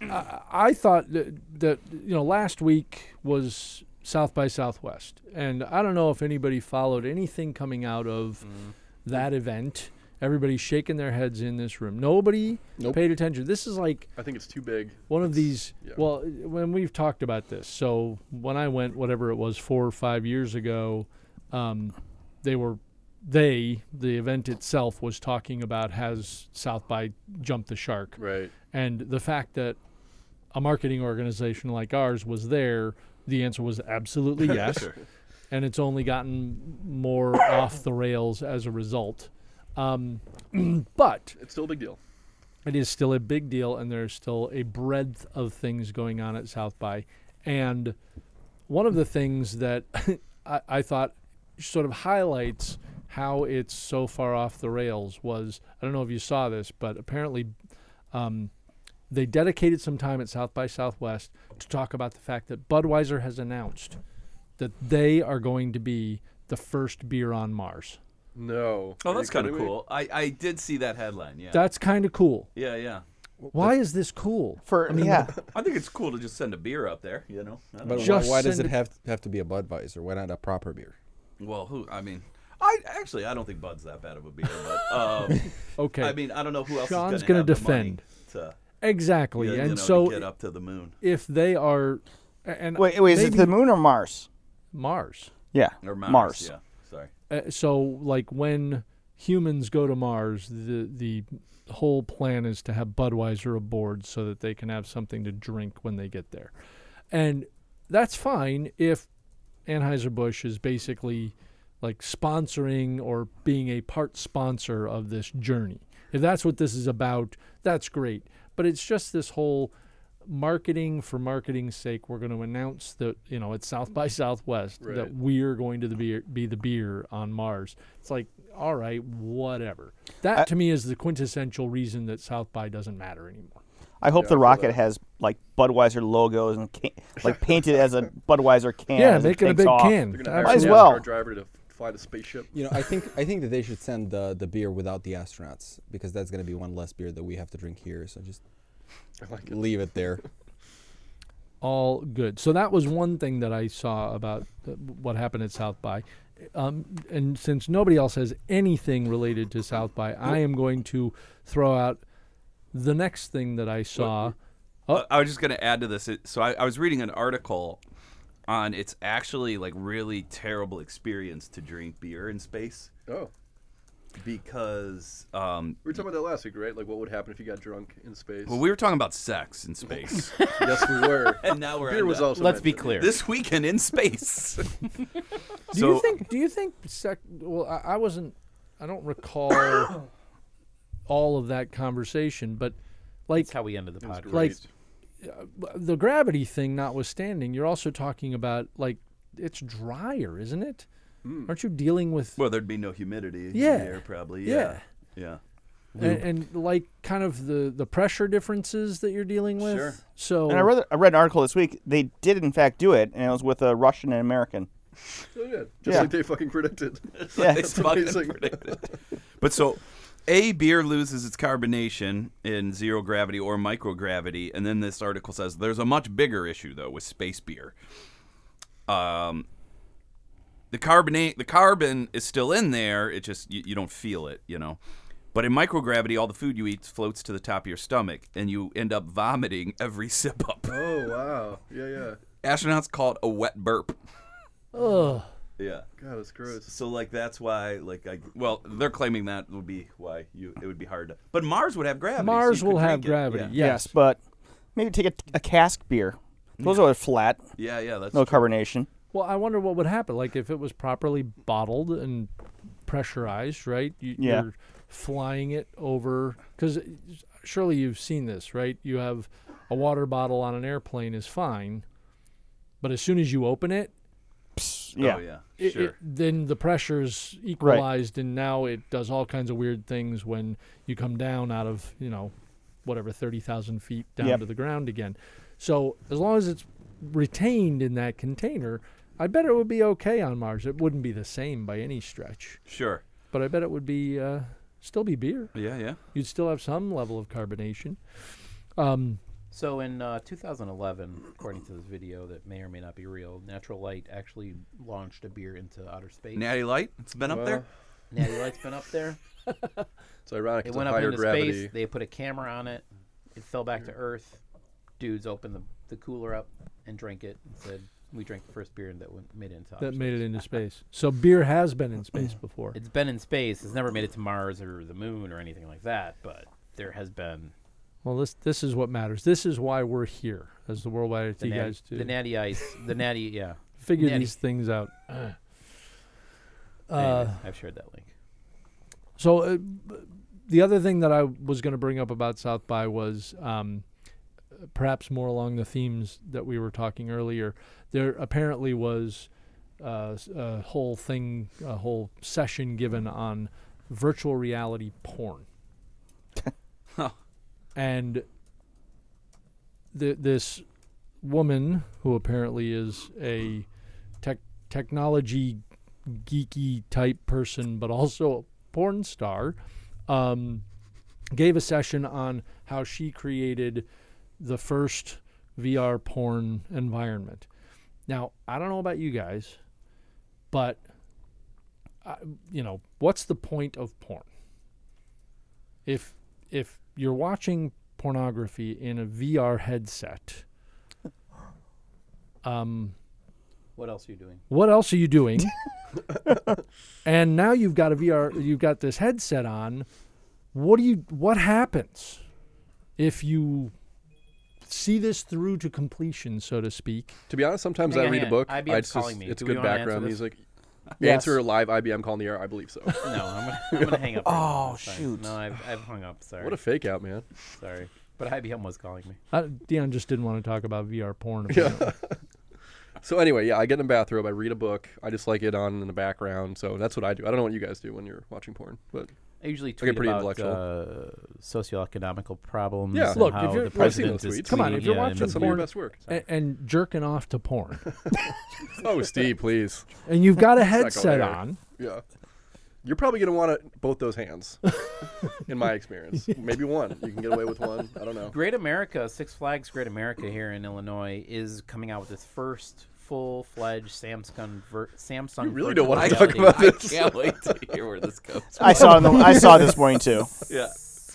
Speaker 7: I, I thought that, that you know last week was South by Southwest, and I don't know if anybody followed anything coming out of that event. Everybody's shaking their heads in this room. Nobody
Speaker 6: Nope.
Speaker 7: paid attention. This is like
Speaker 4: I think it's too big.
Speaker 7: one of these
Speaker 4: yeah.
Speaker 7: well when we've talked about this so when i went whatever it was four or five years ago um, they were they the event itself was talking about has south by jumped the shark
Speaker 4: Right.
Speaker 7: and the fact that a marketing organization like ours was there the answer was absolutely yes and it's only gotten more off the rails as a result um, but
Speaker 4: It's still a big deal.
Speaker 7: it is still a big deal and there's still a breadth of things going on at south by and one of the things that I, I thought sort of highlights how it's so far off the rails was i don't know if you saw this but apparently um, they dedicated some time at south by southwest to talk about the fact that budweiser has announced that they are going to be the first beer on mars
Speaker 4: No.
Speaker 5: Oh,
Speaker 4: Are you
Speaker 5: that's kind of
Speaker 4: kidding me?
Speaker 5: cool. I, I did see that headline. Yeah.
Speaker 7: that's kind of cool
Speaker 5: yeah, yeah.
Speaker 7: why is this cool
Speaker 3: For yeah,
Speaker 5: I think it's cool to just send a beer up there. You know. I don't
Speaker 6: But
Speaker 5: know.
Speaker 6: why,
Speaker 7: Just
Speaker 6: why does
Speaker 7: send
Speaker 6: it
Speaker 7: it-
Speaker 6: have have to be a Budweiser? Why not a proper beer?
Speaker 5: well, who? I mean, I actually I don't think Bud's that bad of a beer, but um,
Speaker 7: okay
Speaker 5: I mean I don't know who else
Speaker 7: Sean's
Speaker 5: is going
Speaker 7: gonna
Speaker 5: to
Speaker 7: defend.
Speaker 5: To,
Speaker 7: Exactly,
Speaker 5: you
Speaker 7: and
Speaker 5: know,
Speaker 7: so
Speaker 5: to get up to the moon
Speaker 7: if they are, a- and
Speaker 3: wait, wait, is it
Speaker 7: maybe
Speaker 3: the moon or Mars?
Speaker 7: Mars?
Speaker 3: Yeah,
Speaker 5: or Mars.
Speaker 3: Mars.
Speaker 5: Yeah. Sorry.
Speaker 7: Uh, so like when humans go to Mars, the the whole plan is to have Budweiser aboard so that they can have something to drink when they get there. And that's fine if Anheuser-Busch is basically like sponsoring or being a part sponsor of this journey. If that's what this is about, that's great. But it's just this whole marketing for marketing's sake. We're going to announce that, you know, it's South by Southwest
Speaker 4: Right.
Speaker 7: that we're going to the beer, be the beer on Mars. It's like, all right, whatever. That
Speaker 3: I-
Speaker 7: to me is the quintessential reason that South by doesn't matter anymore.
Speaker 3: I hope the
Speaker 4: Yeah, I feel
Speaker 3: rocket
Speaker 4: that.
Speaker 3: has like Budweiser logos and ca- like painted as a Budweiser can.
Speaker 7: Yeah,
Speaker 3: as it
Speaker 7: make it a
Speaker 3: takes
Speaker 7: big
Speaker 3: off.
Speaker 7: can.
Speaker 4: They're gonna
Speaker 7: Absolutely.
Speaker 4: hire
Speaker 3: as
Speaker 4: a
Speaker 3: well.
Speaker 4: NASCAR driver to fly the spaceship.
Speaker 6: You know, I think I think that they should send the the beer without the astronauts because that's going to be one less beer that we have to drink here. So just leave it there.
Speaker 7: all good. So that was one thing that I saw about uh, what happened at South by. Um, and since nobody else has anything related to South by, I am going to throw out the next thing that I saw. Oh.
Speaker 5: Uh, I was just going to add to this. It- So I, I was reading an article on it's actually like really terrible experience to drink beer in space
Speaker 4: Oh,
Speaker 5: because um,
Speaker 4: we were talking about that last week, right? Like, what would happen if you got drunk in space?
Speaker 5: well, we were talking about sex in space,
Speaker 4: yes, we were.
Speaker 5: and now we're
Speaker 4: Beer
Speaker 5: on
Speaker 4: was
Speaker 5: the-
Speaker 4: also.
Speaker 2: Let's be
Speaker 4: mentioned.
Speaker 2: clear.
Speaker 5: this weekend in space.
Speaker 7: Do you think? Do you think? Sec- well, I, I wasn't. I don't recall all of that conversation, but like
Speaker 2: That's how we ended the podcast.
Speaker 7: like the gravity thing notwithstanding, you're also talking about like it's drier, isn't it? Aren't you dealing with
Speaker 5: Well, there'd be no humidity
Speaker 7: Yeah.
Speaker 5: in the air, probably.
Speaker 7: Yeah.
Speaker 5: Yeah. Yeah.
Speaker 7: and, and like kind of the the pressure differences that you're dealing with.
Speaker 5: Sure.
Speaker 7: So
Speaker 3: And I read I read an article this week. They did in fact do it, and it was with a Russian and American.
Speaker 4: Oh, yeah. Just
Speaker 3: Yeah.
Speaker 4: like they fucking predicted.
Speaker 3: Yeah.
Speaker 5: It's fucking
Speaker 4: amazing.
Speaker 5: predicted. But so, a beer loses its carbonation in zero gravity or microgravity, and then this article says there's a much bigger issue though with space beer. Um, the carbonate, the carbon is still in there. It just you, you don't feel it, you know. But in microgravity, all the food you eat floats to the top of your stomach, and you end up vomiting every sip up.
Speaker 4: Oh wow. Yeah, yeah.
Speaker 5: Astronauts call it a wet burp.
Speaker 7: ugh,
Speaker 5: Yeah.
Speaker 4: God, that's gross.
Speaker 5: So like that's why like I well they're claiming that would be why you it would be hard to but Mars would have gravity. so
Speaker 7: Mars
Speaker 5: you
Speaker 7: will
Speaker 5: could
Speaker 7: have
Speaker 5: drink it.
Speaker 7: gravity.
Speaker 3: Yes,
Speaker 7: Yes.
Speaker 3: but maybe take a, a cask beer. Those are flat,
Speaker 5: Yeah, yeah, yeah that's
Speaker 3: no carbonation.
Speaker 7: Well, I wonder what would happen like if it was properly bottled and pressurized, right? You,
Speaker 3: Yeah.
Speaker 7: You're flying it over because surely you've seen this, right? You have a water bottle on an airplane is fine, but as soon as you open it,
Speaker 3: Yeah.
Speaker 5: Oh, yeah.
Speaker 7: it,
Speaker 5: sure.
Speaker 7: it, then the pressure's equalized and now it does all kinds of weird things when you come down out of you know whatever 30,000 feet down
Speaker 3: Yep.
Speaker 7: to the ground again so as long as it's retained in that container i bet it would be okay on mars it wouldn't be the same by any stretch
Speaker 5: sure.
Speaker 7: but i bet it would be uh, still be beer
Speaker 5: Yeah, yeah.
Speaker 7: you'd still have some level of carbonation
Speaker 2: So in uh, 2011, according to this video that may or may not be real, Natural Light actually launched a beer into outer space.
Speaker 5: Natty Light, it's been up there.
Speaker 2: Natty Light's been up there.
Speaker 4: It's ironic.
Speaker 2: It
Speaker 4: It's
Speaker 2: went
Speaker 4: a
Speaker 2: up
Speaker 4: higher
Speaker 2: into
Speaker 4: gravity.
Speaker 2: space. They put a camera on it. It fell back to Earth. Dudes opened the, the cooler up and drank it and said, "We drank the first beer that went, made it into outer
Speaker 7: that
Speaker 2: space."
Speaker 7: made it into space so beer has been in space before
Speaker 2: It's been in space. It's never made it to Mars or the Moon or anything like that. But there has been
Speaker 7: well this this is what matters this is why we're here as the worldwide IT
Speaker 2: the, nat-
Speaker 7: guys do
Speaker 2: the Natty Ice, the Natty. Yeah,
Speaker 7: figure
Speaker 2: Natty.
Speaker 7: these things out.
Speaker 4: Uh,
Speaker 2: Anyways, I've shared that link.
Speaker 7: So uh, b- the other thing that I was going to bring up about South by was um, perhaps more along the themes that we were talking earlier. There apparently was uh, s- a whole thing, a whole session given on virtual reality porn, and th- this woman who apparently is a tech technology geeky type person, but also a porn star, um, gave a session on how she created the first VR porn environment. Now, I don't know about you guys, but I, you know, what's the point of porn? If if you're watching pornography in a VR headset, um,
Speaker 2: What else are you doing?
Speaker 7: what else are you doing? and now you've got a VR, you've got this headset on. What do you? What happens if you see this through to completion, so to speak?
Speaker 4: To be honest, sometimes
Speaker 2: Hang
Speaker 4: I
Speaker 2: on,
Speaker 4: read
Speaker 2: hang
Speaker 4: a
Speaker 2: on.
Speaker 4: book.
Speaker 2: IBM's
Speaker 4: I just,
Speaker 2: calling me.
Speaker 4: It's
Speaker 2: Do we
Speaker 4: good
Speaker 2: wanna answer
Speaker 4: background
Speaker 2: this?
Speaker 4: music.
Speaker 3: Yes.
Speaker 4: Answer a live IBM call in the air. I believe so.
Speaker 2: No, I'm gonna, I'm gonna hang up. right now
Speaker 3: Oh,
Speaker 2: this time.
Speaker 3: shoot.
Speaker 2: No, I've, I've hung up. Sorry.
Speaker 4: what a fake out, man.
Speaker 2: Sorry. But IBM was calling me.
Speaker 7: Uh, Dion just didn't want to talk about VR porn. apparently.
Speaker 4: So anyway, yeah, I get in a bathrobe. I read a book. I just like it on in the background. So that's what I do. I don't know what you guys do when you're watching porn, but
Speaker 2: I usually tweet
Speaker 4: pretty
Speaker 2: about
Speaker 4: intellectual.
Speaker 2: uh, socioeconomical problems.
Speaker 4: Yeah.
Speaker 2: and
Speaker 4: Look,
Speaker 7: if
Speaker 2: how
Speaker 7: you're-
Speaker 2: the
Speaker 7: I've seen
Speaker 2: president
Speaker 4: those
Speaker 2: is
Speaker 4: tweets. Come on,
Speaker 2: tweeting,
Speaker 7: if you're
Speaker 2: yeah, and
Speaker 7: watching
Speaker 4: that's
Speaker 2: the
Speaker 4: some of your
Speaker 7: porn-
Speaker 4: best work.
Speaker 7: A- and jerking off to porn.
Speaker 4: Oh, Steve, please.
Speaker 7: and you've got a
Speaker 4: going
Speaker 7: headset
Speaker 4: there.
Speaker 7: on.
Speaker 4: Yeah. You're probably going to want it, both those hands, in my experience. Maybe one. You can get away with one. I don't know.
Speaker 2: Great America, Six Flags Great America here in Illinois is coming out with its first full-fledged Samsung ver- Samsung.
Speaker 4: You really
Speaker 2: virtual
Speaker 4: don't wanna
Speaker 5: I,
Speaker 2: reality.
Speaker 4: talk about
Speaker 5: I
Speaker 4: this.
Speaker 5: can't wait to hear where this goes.
Speaker 3: I saw the, I saw this morning too.
Speaker 5: Yeah.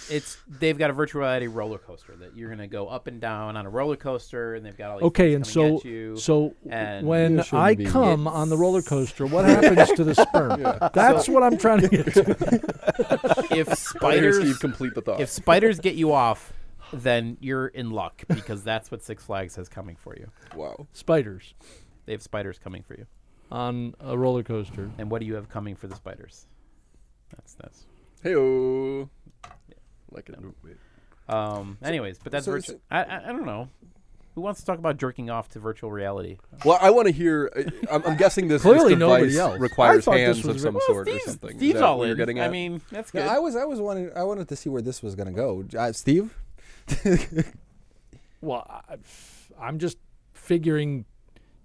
Speaker 2: It's they've got a virtual reality roller coaster that you're gonna go up and down on a roller coaster, and they've got all these
Speaker 7: Okay,
Speaker 2: things
Speaker 7: and
Speaker 2: coming
Speaker 7: so
Speaker 2: at you.
Speaker 7: so
Speaker 2: and-
Speaker 7: when
Speaker 6: You shouldn't
Speaker 7: I
Speaker 6: be.
Speaker 7: come on the roller coaster, what happens to the sperm? That's what I'm trying to get to.
Speaker 2: if
Speaker 4: I hear
Speaker 2: spiders
Speaker 4: Steve complete the thought.
Speaker 2: if spiders get you off, then you're in luck because that's what Six Flags has coming for you.
Speaker 4: wow.
Speaker 7: Spiders
Speaker 2: They have spiders coming for you.
Speaker 7: on a roller coaster.
Speaker 2: And what do you have coming for the spiders? That's that's.
Speaker 4: Hey, oh. Like a wait.
Speaker 2: Um. Anyways, but that's
Speaker 6: so
Speaker 2: virtual.
Speaker 6: it's-
Speaker 2: I, I I don't know. Who wants to talk about jerking off to virtual reality?
Speaker 4: Well, I want to hear. I- I'm, I'm guessing this, this
Speaker 7: Clearly nobody
Speaker 4: device
Speaker 7: else.
Speaker 4: requires
Speaker 7: I thought this was
Speaker 4: hands of
Speaker 7: re-
Speaker 4: some
Speaker 7: Well,
Speaker 4: sort
Speaker 2: Steve's,
Speaker 4: or something. Is
Speaker 2: Steve's
Speaker 4: that
Speaker 2: all
Speaker 4: what
Speaker 2: in.
Speaker 4: You're getting
Speaker 2: I
Speaker 4: at?
Speaker 2: mean, that's good.
Speaker 6: Yeah, I was I was wanted I wanted to see where this was gonna go. Uh, Steve,
Speaker 7: Well, I, I'm just figuring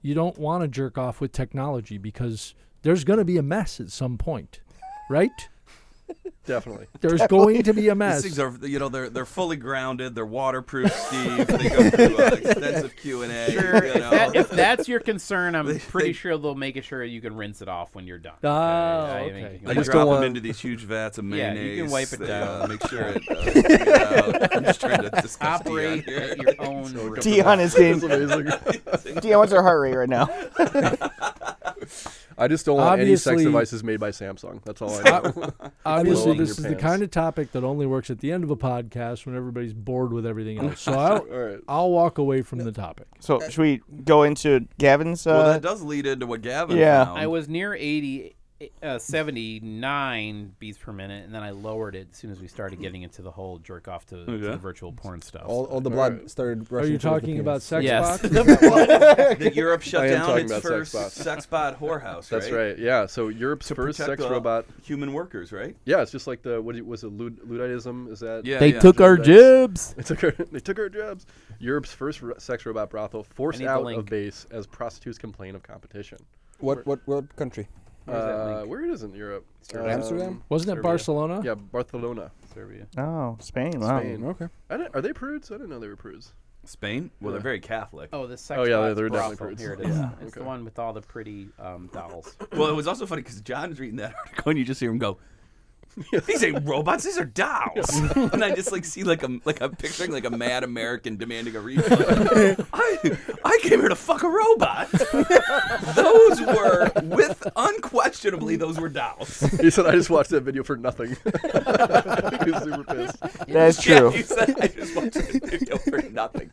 Speaker 7: you don't want to jerk off with technology because there's going to be a mess at some point, right?
Speaker 4: definitely.
Speaker 7: There's going to be a
Speaker 5: These
Speaker 7: mess.
Speaker 5: things are, you know, they're they're fully grounded. They're waterproof, Steve. They go through uh, extensive Q and A.
Speaker 2: Sure,
Speaker 5: You
Speaker 2: if,
Speaker 5: know,
Speaker 2: that, if that's your concern, I'm
Speaker 5: They-
Speaker 2: pretty
Speaker 5: they-
Speaker 2: sure they'll make it sure you can rinse it off when you're done.
Speaker 7: Oh,
Speaker 2: I- I
Speaker 7: okay.
Speaker 2: think you
Speaker 5: I
Speaker 2: can-
Speaker 4: just
Speaker 5: just drop
Speaker 4: don't
Speaker 5: them
Speaker 4: want-
Speaker 5: into these huge vats of
Speaker 2: Yeah, you
Speaker 5: mayonnaise.
Speaker 2: can wipe it
Speaker 5: They, Uh,
Speaker 2: down.
Speaker 5: make sure it. Uh, get out. I'm just trying to discuss Dion
Speaker 2: operate
Speaker 5: here.
Speaker 2: at your own. risk.
Speaker 3: Dion is
Speaker 4: That's
Speaker 3: getting.
Speaker 4: amazing.
Speaker 3: Dion, what's our heart rate right now?
Speaker 4: I just don't want any
Speaker 7: Obviously-
Speaker 4: sex devices made by Samsung. That's all I know.
Speaker 7: Uh, Obviously,
Speaker 4: Blowing
Speaker 7: this
Speaker 4: your
Speaker 7: is the
Speaker 4: pants.
Speaker 7: kind of topic that only works at the end of a podcast when everybody's bored with everything else. So
Speaker 4: all
Speaker 7: I'll,
Speaker 4: right.
Speaker 7: I'll walk away from the topic.
Speaker 3: So should we go into Gavin's? Uh,
Speaker 5: Well, that does lead into what Gavin.
Speaker 3: yeah.
Speaker 5: found.
Speaker 2: I was near 80, uh, 79 beats per minute, and then I lowered it as soon as we started getting into the whole jerk off to, to
Speaker 5: Yeah.
Speaker 2: the virtual porn stuff.
Speaker 6: all, all the
Speaker 4: All
Speaker 6: blood
Speaker 4: right.
Speaker 6: started
Speaker 7: Are
Speaker 6: rushing.
Speaker 7: you
Speaker 6: towards the
Speaker 7: talking about
Speaker 6: penis.
Speaker 7: sex
Speaker 2: yes.
Speaker 7: box?
Speaker 5: that Europe shut
Speaker 4: I am
Speaker 5: down
Speaker 4: talking
Speaker 5: its
Speaker 4: about
Speaker 5: first
Speaker 4: sex bot.
Speaker 5: sex bot whorehouse.
Speaker 4: That's
Speaker 5: right.
Speaker 4: right. Yeah. So Europe's first
Speaker 5: protect
Speaker 4: sex
Speaker 5: the
Speaker 4: robot.
Speaker 5: Human workers, right?
Speaker 4: Yeah, it's just like the what do you- was it Lud- Ludditism? Is that
Speaker 5: Yeah.
Speaker 2: They took our jibs.
Speaker 4: They took our they took our jobs. Europe's first ro- sex robot brothel forced
Speaker 2: need the
Speaker 4: out of
Speaker 2: link.
Speaker 4: base as prostitutes complain of competition.
Speaker 6: What what what country?
Speaker 2: Where's that
Speaker 4: Uh,
Speaker 2: link?
Speaker 4: where it is in Europe? Um,
Speaker 6: Or Amsterdam?
Speaker 7: Wasn't
Speaker 2: Serbia.
Speaker 7: it Barcelona?
Speaker 4: Yeah, Barcelona.
Speaker 2: Serbia.
Speaker 3: oh, Spain. Wow.
Speaker 4: Spain.
Speaker 6: Okay.
Speaker 4: I didn't, are they prudes? I didn't know they were prudes.
Speaker 5: Spain. Well, they're very Catholic.
Speaker 2: Oh, the sex
Speaker 4: Oh, yeah,
Speaker 2: bot's
Speaker 4: they're definitely
Speaker 2: brothel.
Speaker 4: prudes.
Speaker 2: Here it is.
Speaker 4: Yeah.
Speaker 2: It's the
Speaker 4: Okay.
Speaker 2: one with all the pretty um, dolls.
Speaker 5: Well, it was also funny because John's reading that article and you just hear him go, "These ain't robots. These are dolls." and I just like see like a like I'm picturing like a mad American demanding a refund. I I came here to fuck a robot. those were with unquestionably those were dolls.
Speaker 4: he said, "I just watched that video for nothing." he was super pissed.
Speaker 3: That is
Speaker 5: Yeah,
Speaker 3: true.
Speaker 5: he said, I just watched the video for nothing.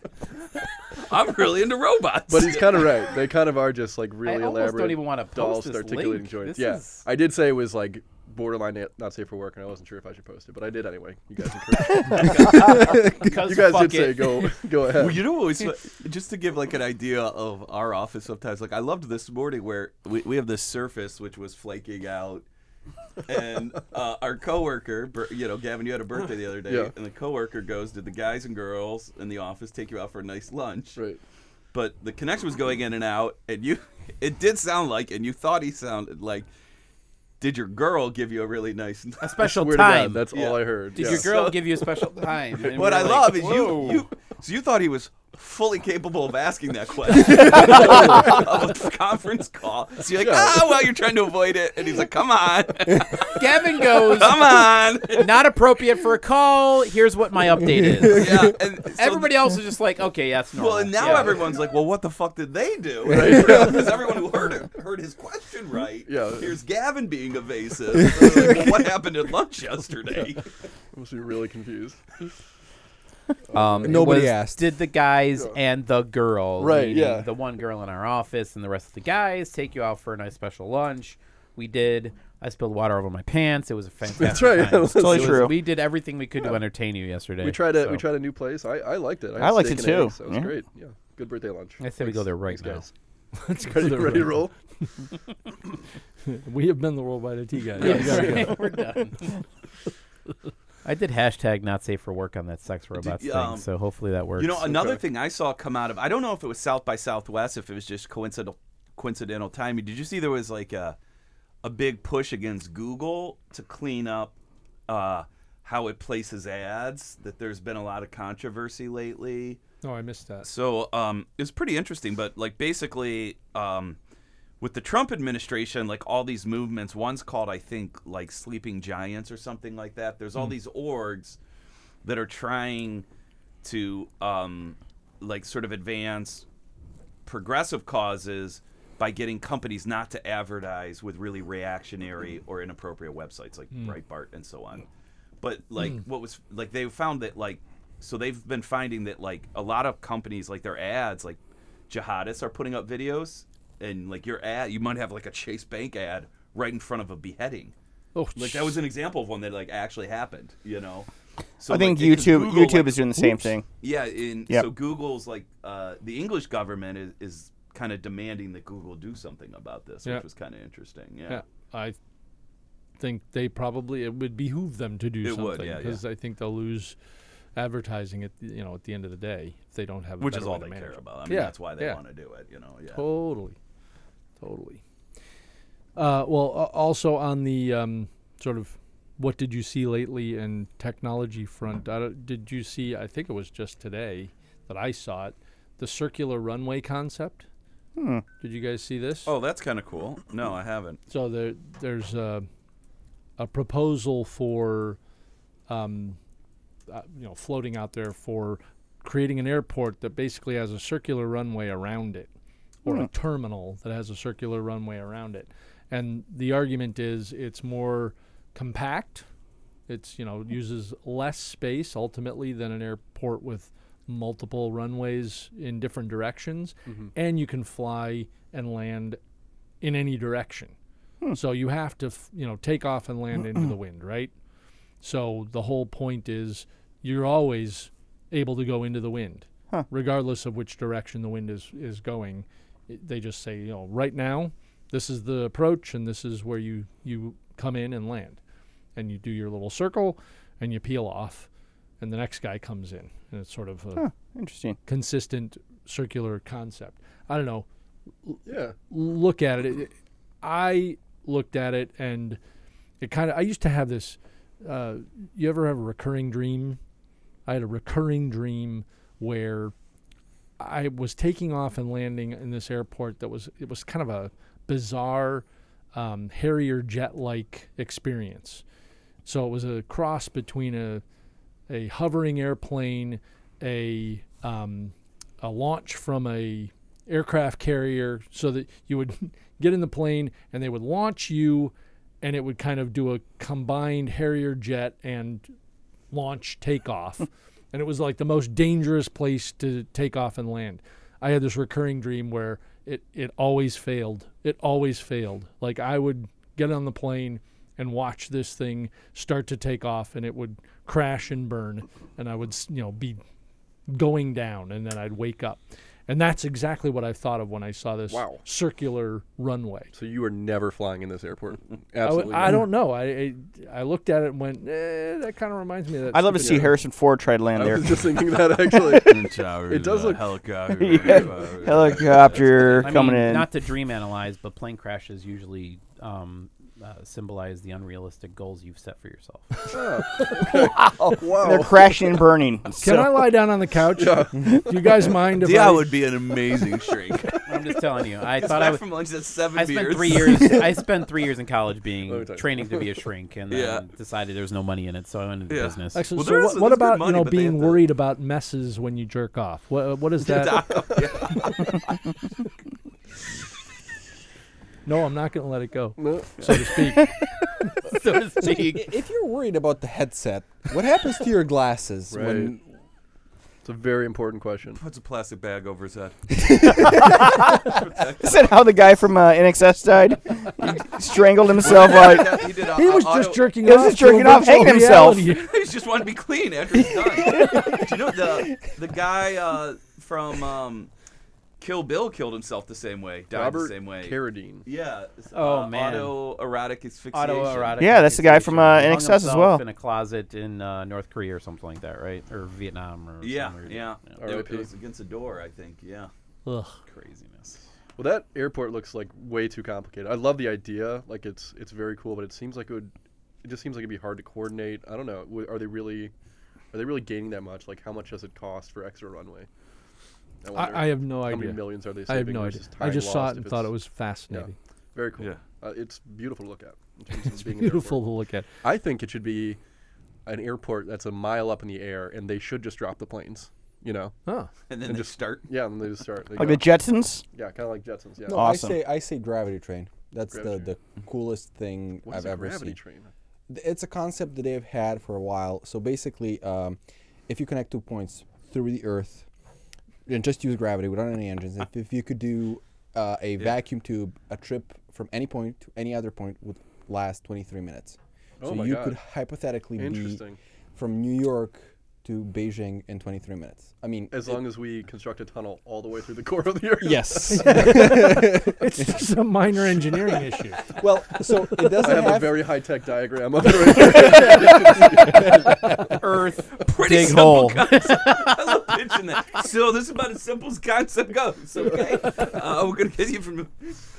Speaker 5: I'm really into robots.
Speaker 4: But he's kind of right. They kind of are just like really
Speaker 2: almost
Speaker 4: elaborate.
Speaker 2: don't even wanna post
Speaker 4: dolls
Speaker 2: this
Speaker 4: articulating
Speaker 2: link.
Speaker 4: joints.
Speaker 2: This
Speaker 4: yeah,
Speaker 2: is-
Speaker 4: I did say it was like borderline na- not safe for work, and I wasn't sure if I should post it, but I did anyway. You guys, encouraged me.
Speaker 2: Because
Speaker 4: you guys
Speaker 2: fuck
Speaker 4: did say
Speaker 2: it.
Speaker 4: go go ahead.
Speaker 5: Well, you know what was fu- just to give like an idea of our office sometimes. Like I loved this morning where we, we have this surface which was flaking out, and uh, our coworker, bir- you know, Gavin, you had a birthday the other day,
Speaker 4: Yeah.
Speaker 5: and the coworker goes, "Did the guys and girls in the office take you out for a nice lunch?"
Speaker 4: right.
Speaker 5: But the connection was going in and out, and you, it did sound like, and you thought he sounded like, "Did your girl give you a really nice?"
Speaker 2: A special
Speaker 4: Swear to God,
Speaker 2: time.
Speaker 4: that's
Speaker 5: Yeah.
Speaker 4: all I heard.
Speaker 2: Did
Speaker 4: yeah.
Speaker 2: your girl
Speaker 5: So-
Speaker 2: give you a special time? And
Speaker 5: what
Speaker 2: we're
Speaker 5: I
Speaker 2: like,
Speaker 5: love is
Speaker 2: "Whoa."
Speaker 5: you, you. So you thought he was fully capable of asking that question of a conference call. So you're like, ah, well, you're trying to avoid it, and he's like, come on,
Speaker 2: Gavin goes,
Speaker 5: come on.
Speaker 2: not appropriate for a call. Here's what my update is.
Speaker 5: Yeah, and so-
Speaker 2: Everybody else is just like, okay, that's normal.
Speaker 5: Well, and now
Speaker 2: Yeah.
Speaker 5: everyone's like, well, what the fuck did they do? Because everyone who heard it, heard his question right.
Speaker 4: Yeah.
Speaker 5: Here's Gavin being evasive. They're like, well, what happened at lunch yesterday?
Speaker 4: I must be really confused.
Speaker 2: Um, it
Speaker 6: Nobody
Speaker 2: was,
Speaker 6: asked.
Speaker 2: Did the guys and the girl,
Speaker 4: Right,
Speaker 2: meaning
Speaker 4: yeah.
Speaker 2: the one girl in our office and the rest of the guys, take you out for a nice special lunch? We did. I spilled water over my pants. It was a fantastic.
Speaker 4: That's right.
Speaker 2: time.
Speaker 4: That's
Speaker 2: It was-
Speaker 3: totally true.
Speaker 2: We did everything we could to entertain you yesterday.
Speaker 4: We tried a
Speaker 2: so.
Speaker 4: we tried a new place. I, I liked it.
Speaker 3: I
Speaker 4: had
Speaker 3: liked
Speaker 4: steak
Speaker 3: it
Speaker 4: and
Speaker 3: too.
Speaker 4: eggs. That was
Speaker 3: Yeah.
Speaker 4: great. Yeah, good birthday lunch.
Speaker 2: I say we go there right now.
Speaker 4: Thanks, guys. ready, ready to roll?
Speaker 7: We have been the worldwide IT guy.
Speaker 2: Yeah, right, We're done. I did hashtag not safe for work on that sex robots
Speaker 5: um,
Speaker 2: thing, so hopefully that works.
Speaker 5: You know, another
Speaker 4: Okay.
Speaker 5: thing I saw come out of I don't know if it was South by Southwest, if it was just coincidental coincidental timing. Did you see there was like a a big push against Google to clean up uh, how it places ads? That there's been a lot of controversy lately.
Speaker 7: No, I missed that.
Speaker 5: So um, it was pretty interesting, but like basically, um, with the Trump administration, like all these movements, one's called I think like Sleeping Giants or something like that. There's all these orgs that are trying to um, like sort of advance progressive causes by getting companies not to advertise with really reactionary or inappropriate websites like Breitbart and so on. But like what was like they found that like so they've been finding that like a lot of companies like their ads like jihadists are putting up videos and like your ad you might have like a Chase Bank ad right in front of a beheading.
Speaker 7: Oh,
Speaker 5: Like that was an example of one that like actually happened, you know. So
Speaker 3: I think
Speaker 5: like, it- 'cause
Speaker 3: YouTube
Speaker 5: Google,
Speaker 3: YouTube
Speaker 5: like,
Speaker 3: is doing the same thing.
Speaker 5: yeah, and
Speaker 3: Yep.
Speaker 5: so Google's like uh, the English government is, is kind of demanding that Google do something about this,
Speaker 7: Yeah.
Speaker 5: which was kind of interesting.
Speaker 7: Yeah,
Speaker 5: Yeah.
Speaker 7: I think they probably it would behoove them to do
Speaker 5: It
Speaker 7: something
Speaker 5: would, yeah, yeah.
Speaker 7: I think they'll lose advertising at the- you know at the end of the day if they don't have a
Speaker 5: which
Speaker 7: better
Speaker 5: is all
Speaker 7: way
Speaker 5: they
Speaker 7: to manage
Speaker 5: care
Speaker 7: it.
Speaker 5: about. I mean,
Speaker 7: Yeah,
Speaker 5: that's why they
Speaker 7: yeah.
Speaker 5: want to do it. You know, yeah.
Speaker 7: Totally, totally. Uh, well, a- also on the um, sort of what did you see lately in technology front? I don't- did you see? I think it was just today that I saw it. The circular runway concept. Did you guys see this?
Speaker 5: Oh, that's kind of cool. No, I haven't.
Speaker 7: So there, there's a, a proposal for, um, uh, you know, floating out there for creating an airport that basically has a circular runway around it, or a terminal that has a circular runway around it, and the argument is it's more compact. It's you know uses less space ultimately than an airport with multiple runways in different directions, and you can fly and land in any direction. So you have to, f- you know, take off and land into the wind, right? So the whole point is you're always able to go into the wind, regardless of which direction the wind is is going. I- They just say, you know, right now, this is the approach, and this is where you you come in and land, and you do your little circle, and you peel off, and the next guy comes in, and it's sort of a
Speaker 3: Interesting.
Speaker 7: consistent circular concept. I don't know
Speaker 4: Yeah,
Speaker 7: look at it, it- I looked at it and it kind of. I used to have this. Uh, you ever have a recurring dream? I had a recurring dream where I was taking off and landing in this airport that was it was kind of a bizarre um, Harrier jet-like experience. So it was a cross between a a hovering airplane, a um, a launch from a aircraft carrier, so that you would get in the plane and they would launch you, and it would kind of do a combined Harrier jet and launch takeoff, and it was like the most dangerous place to take off and land. I had this recurring dream where it it always failed. It always failed. Like I would get on the plane and watch this thing start to take off, and it would crash and burn, and I would s- you know be going down, and then I'd wake up, and that's exactly what I thought of when I saw this
Speaker 4: Wow.
Speaker 7: circular runway.
Speaker 4: so you were never flying in this airport.
Speaker 7: I, w-
Speaker 4: Absolutely.
Speaker 7: I don't know. I, I I looked at it and went, eh, that kind of reminds me of that.
Speaker 3: I'd love to
Speaker 7: stupid
Speaker 3: see Harrison Ford try to land
Speaker 4: I
Speaker 3: there.
Speaker 4: was just thinking that actually.
Speaker 5: it
Speaker 4: does look-
Speaker 5: helicopter.
Speaker 3: Helicopter
Speaker 2: I
Speaker 3: coming
Speaker 2: mean,
Speaker 3: in.
Speaker 2: Not to dream analyze, but plane crashes usually um, uh, symbolize the unrealistic goals you've set for yourself.
Speaker 3: They're crashing and burning.
Speaker 7: Can I lie down on the couch? Do you guys mind if I
Speaker 5: Yeah, would be an amazing shrink.
Speaker 2: I'm just telling you. I thought I
Speaker 5: Back
Speaker 2: would.
Speaker 5: from lunch, that's seven
Speaker 2: I
Speaker 5: beers.
Speaker 2: spent three years. I spent three years in college
Speaker 4: Let me
Speaker 2: being
Speaker 4: tell you.
Speaker 2: training to be a shrink, and then
Speaker 5: Yeah.
Speaker 2: decided there was no money in it, so I went into
Speaker 5: Yeah.
Speaker 2: business.
Speaker 7: Actually,
Speaker 5: Well,
Speaker 7: so
Speaker 5: there is-
Speaker 7: what, what
Speaker 5: there's good
Speaker 7: about
Speaker 5: money,
Speaker 7: you know
Speaker 5: but they
Speaker 7: being
Speaker 5: have to-
Speaker 7: worried about messes when you jerk off? What what is that? no, I'm not going to let it go, so to speak.
Speaker 2: so to
Speaker 6: So i-
Speaker 2: speak.
Speaker 6: if you're worried about the headset, what happens to your glasses
Speaker 4: Right.
Speaker 6: when
Speaker 4: It's a very important question.
Speaker 5: Puts a plastic bag over his head.
Speaker 3: Is that how the guy from uh, NXS died? He strangled himself. Uh,
Speaker 5: he, did a-
Speaker 7: He was
Speaker 5: a-
Speaker 7: just
Speaker 5: auto-
Speaker 7: jerking
Speaker 3: He was
Speaker 7: off.
Speaker 3: just
Speaker 7: to a
Speaker 3: jerking off,
Speaker 7: virtual
Speaker 3: hanging himself.
Speaker 7: reality.
Speaker 5: He just wanted to be clean after he's done. Do you know the the guy uh, from um, Kill Bill killed himself the same way, died
Speaker 4: Robert
Speaker 5: the same way.
Speaker 4: Carradine.
Speaker 5: yeah. it's,
Speaker 2: Oh,
Speaker 5: uh,
Speaker 2: man.
Speaker 5: Autoerotic asphyxiation.
Speaker 2: Autoerotic.
Speaker 3: Yeah, that's the guy from, uh,
Speaker 2: asphyxiation. Hung
Speaker 3: NXS as
Speaker 2: himself
Speaker 3: well.
Speaker 2: In a closet in uh, North Korea or something like that, right? Or Vietnam or
Speaker 5: Yeah,
Speaker 2: somewhere.
Speaker 5: yeah. It,
Speaker 4: R.I.P..
Speaker 5: it was against a door, I think. Yeah.
Speaker 7: Ugh.
Speaker 2: Craziness.
Speaker 4: Well, that airport looks like way too complicated. I love the idea. Like it's it's very cool, but it seems like it would. It just seems like it'd be hard to coordinate. I don't know. W- Are they really? Are they really gaining that much? Like, how much does it cost for extra runway? wonder
Speaker 7: I, I have no
Speaker 4: how
Speaker 7: idea.
Speaker 4: many millions are they?
Speaker 7: I have
Speaker 4: saving
Speaker 7: no idea.
Speaker 4: versus
Speaker 7: I
Speaker 4: time
Speaker 7: just saw
Speaker 4: lost
Speaker 7: it
Speaker 4: if
Speaker 7: and thought
Speaker 4: it's-
Speaker 7: it was fascinating.
Speaker 4: very cool.
Speaker 5: Yeah.
Speaker 4: Uh, it's beautiful to look at. in terms of being an
Speaker 7: Beautiful
Speaker 4: airport.
Speaker 7: to look at.
Speaker 4: I think it should be an airport that's a mile up in the air, and they should just drop the planes. You know?
Speaker 7: Huh.
Speaker 5: And then
Speaker 4: And
Speaker 5: they
Speaker 4: just-
Speaker 5: start.
Speaker 4: Yeah, and they just start. They
Speaker 3: like
Speaker 4: go-
Speaker 3: the Jetsons.
Speaker 4: yeah, kind of like Jetsons. Yeah.
Speaker 6: No,
Speaker 3: Awesome.
Speaker 6: I say I say gravity train. That's
Speaker 4: Gravity
Speaker 6: the, the coolest thing
Speaker 4: What is
Speaker 6: I've
Speaker 4: a
Speaker 6: ever
Speaker 4: gravity
Speaker 6: seen.
Speaker 4: train?
Speaker 6: Th- It's a concept that they've had for a while. So basically, um, if you connect two points through the Earth and just use gravity without any engines, if, if you could do uh, a vacuum tube, a trip from any point to any other point would last 23 minutes.
Speaker 4: Oh
Speaker 6: so
Speaker 4: my
Speaker 6: you
Speaker 4: God.
Speaker 6: could hypothetically be
Speaker 4: Interesting.
Speaker 6: from New York to Beijing in 23 minutes. I mean,
Speaker 4: As long as we construct a tunnel all the way through the core of the earth.
Speaker 6: yes.
Speaker 7: It's just a minor engineering issue.
Speaker 6: well, so it
Speaker 4: I
Speaker 6: doesn't
Speaker 4: have a
Speaker 6: have-
Speaker 4: very high tech diagram of it right here.
Speaker 2: Earth.
Speaker 5: Pretty
Speaker 2: Dig hole.
Speaker 5: simple concept. I love pitching that. So this is about as simple as concept goes. Okay, uh, we're gonna get you from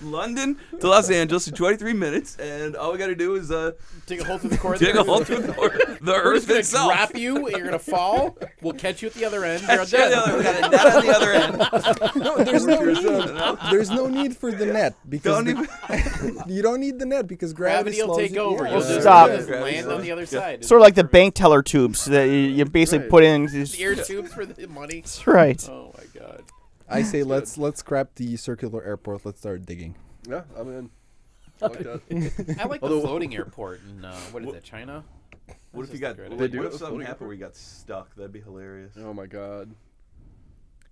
Speaker 5: London to Los Angeles in 23 minutes, and all we gotta do is uh,
Speaker 2: Dig a hole through the core.
Speaker 5: dig a hole through the, earth- the earth itself.
Speaker 2: drop you. You're gonna fall. We'll catch you at the other end. You're
Speaker 5: That's the other- we got a net on the other end.
Speaker 6: No, there's no need. There's no need for the net
Speaker 5: Don't
Speaker 6: because the- you don't need the net because gravity,
Speaker 2: Gravity will
Speaker 6: slows
Speaker 2: take
Speaker 6: you-
Speaker 2: over.
Speaker 6: yeah.
Speaker 2: You'll
Speaker 5: Yeah.
Speaker 2: just,
Speaker 3: Stop.
Speaker 2: you'll just
Speaker 5: Gravity's
Speaker 2: land on
Speaker 5: on.
Speaker 2: the other side.
Speaker 3: Sort of like the bank teller tubes that you, you basically
Speaker 4: Right.
Speaker 3: put in.
Speaker 2: The ear tubes for the money.
Speaker 3: That's right.
Speaker 2: Oh my god.
Speaker 6: I say let's let's scrap the circular airport. Let's start digging.
Speaker 4: yeah, I'm in. I like that.
Speaker 2: I like the
Speaker 4: Although-
Speaker 2: floating airport in uh, what is that, China?
Speaker 5: What if
Speaker 2: just
Speaker 5: you got?
Speaker 2: a great
Speaker 5: What,
Speaker 2: idea.
Speaker 4: They do
Speaker 5: what if
Speaker 4: it
Speaker 5: something
Speaker 4: floating
Speaker 5: happened
Speaker 4: airport?
Speaker 5: where you got stuck? That'd be hilarious.
Speaker 4: Oh my god.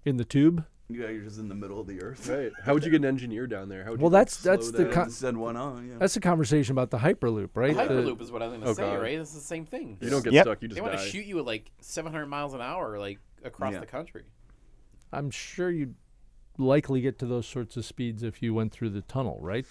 Speaker 7: In the tube?
Speaker 5: You are just in the middle of the earth.
Speaker 4: Right. How would you get an engineer down there? How would
Speaker 7: Well,
Speaker 4: you like,
Speaker 7: that's- that's
Speaker 4: slow
Speaker 7: the
Speaker 4: down?
Speaker 7: con-
Speaker 5: Send one on. Yeah.
Speaker 7: That's a conversation about the Hyperloop, right? The-
Speaker 2: Hyperloop is what I was gonna
Speaker 4: Oh,
Speaker 2: say,
Speaker 4: God.
Speaker 2: right? It's the same thing.
Speaker 4: You don't get
Speaker 3: Yep.
Speaker 4: stuck. You just
Speaker 2: They want
Speaker 4: die.
Speaker 2: to shoot you at like 700 miles an hour, like across
Speaker 5: Yeah.
Speaker 2: the country.
Speaker 7: I'm sure you'd likely get to those sorts of speeds if you went through the tunnel, right?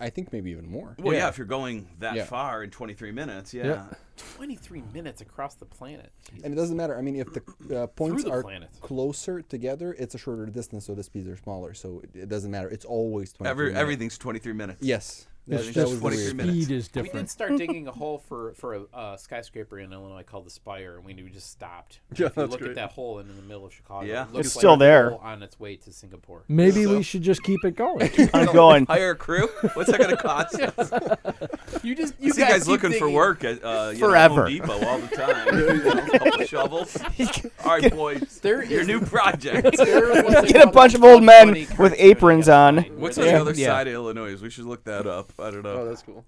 Speaker 6: I think maybe even more.
Speaker 5: well, yeah. if you're going that
Speaker 6: Yeah.
Speaker 5: far in 23 minutes, yeah.
Speaker 2: 23 minutes across the planet.
Speaker 6: And it doesn't matter. I mean, if the uh, points
Speaker 2: the
Speaker 6: are
Speaker 2: planet.
Speaker 6: closer together, it's a shorter distance, so the speeds are smaller. So it, it doesn't matter. It's always twenty.
Speaker 5: Every, everything's 23 minutes.
Speaker 6: Yes. That,
Speaker 5: It's
Speaker 6: that
Speaker 5: just
Speaker 6: was the
Speaker 5: 23
Speaker 6: weird-
Speaker 5: minutes.
Speaker 7: Speed is
Speaker 2: We did
Speaker 7: different.
Speaker 2: start digging a hole for for a uh, skyscraper in Illinois called the Spire, and we knew we just stopped.
Speaker 4: Yeah,
Speaker 2: if you
Speaker 4: that's
Speaker 2: look
Speaker 4: great.
Speaker 2: at that hole in, in the middle of Chicago,
Speaker 5: Yeah.
Speaker 2: it looks
Speaker 3: It's
Speaker 2: like
Speaker 3: still
Speaker 2: a
Speaker 3: there.
Speaker 2: hole on its way to Singapore.
Speaker 7: Maybe
Speaker 5: So-
Speaker 7: we should just keep it going.
Speaker 3: I'm going.
Speaker 5: Hire a crew? What's that going to cost?
Speaker 2: You just you
Speaker 5: See you guys
Speaker 2: keep
Speaker 5: looking for
Speaker 2: digging.
Speaker 5: work at uh, you
Speaker 3: Forever.
Speaker 5: know, Home Depot all the time. you know, a couple shovels. All right, boys.
Speaker 2: There
Speaker 5: your
Speaker 2: is-
Speaker 5: new project.
Speaker 3: Get a bunch of old men with aprons on.
Speaker 5: What's
Speaker 2: yeah.
Speaker 5: on the other
Speaker 3: Yeah.
Speaker 5: side of Illinois? We should look that up. I don't know.
Speaker 4: Oh, that's cool.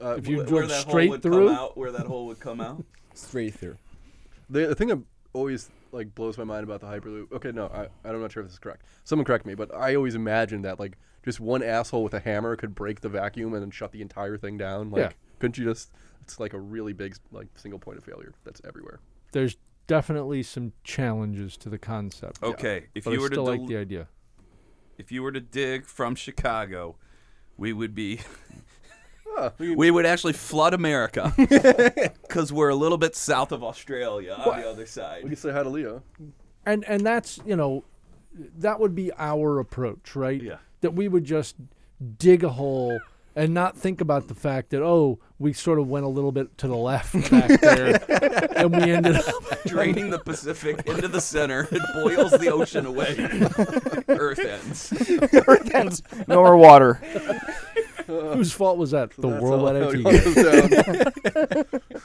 Speaker 4: Uh,
Speaker 7: If you
Speaker 5: Wh-
Speaker 7: drove
Speaker 5: that hole
Speaker 7: straight
Speaker 5: would
Speaker 7: through,
Speaker 5: Come out, where that hole would come out.
Speaker 6: Straight through.
Speaker 4: The, the thing that always like blows my mind about the Hyperloop. Okay, no, I, I'm not sure if this is correct. Someone correct me, but I always imagined that like just one asshole with a hammer could break the vacuum and then shut the entire thing down. Like,
Speaker 7: Yeah.
Speaker 4: couldn't you just? It's like a really big like single point of failure that's everywhere.
Speaker 7: there's definitely some challenges to the concept.
Speaker 5: Okay, if
Speaker 7: But
Speaker 5: you
Speaker 7: I
Speaker 5: were to
Speaker 7: still like
Speaker 5: del-
Speaker 7: the idea.
Speaker 5: if you were to dig from Chicago, we would be. we would actually flood America because we're a little bit south of Australia on the other
Speaker 4: We
Speaker 5: side.
Speaker 4: can say hi to Leo.
Speaker 7: and and that's you know that would be our approach right
Speaker 5: Yeah.
Speaker 7: that we would just dig a hole and not think about the fact that oh we sort of went a little bit to the left back there and we ended up
Speaker 5: Draining the Pacific into the center, it boils the ocean away. Earth ends.
Speaker 3: Earth ends. No more water.
Speaker 7: whose fault was that the
Speaker 4: That's
Speaker 7: world
Speaker 4: all
Speaker 7: at
Speaker 4: how it
Speaker 7: IT
Speaker 4: goes down.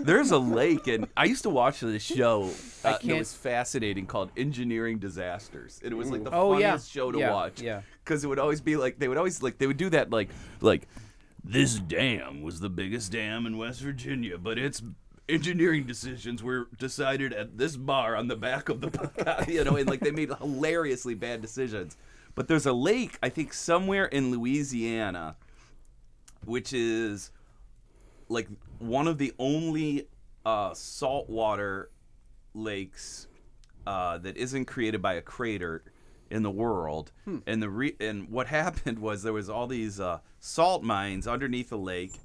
Speaker 5: There's a lake, and I used to watch this show. Uh, and It
Speaker 2: can't-
Speaker 5: was fascinating, called Engineering Disasters. And it was like the
Speaker 2: Oh, yeah.
Speaker 5: funniest show to
Speaker 2: Yeah,
Speaker 5: watch.
Speaker 2: yeah.
Speaker 5: Because it would always be like they would always like they would do that like like this dam was the biggest dam in West Virginia, but its engineering decisions were decided at this bar on the back of the you know, and like they made hilariously bad decisions. But there's a lake, I think, somewhere in Louisiana, which is like one of the only uh, saltwater lakes uh, that isn't created by a crater in the world. And the re- and what happened was there was all these uh, salt mines underneath the lake,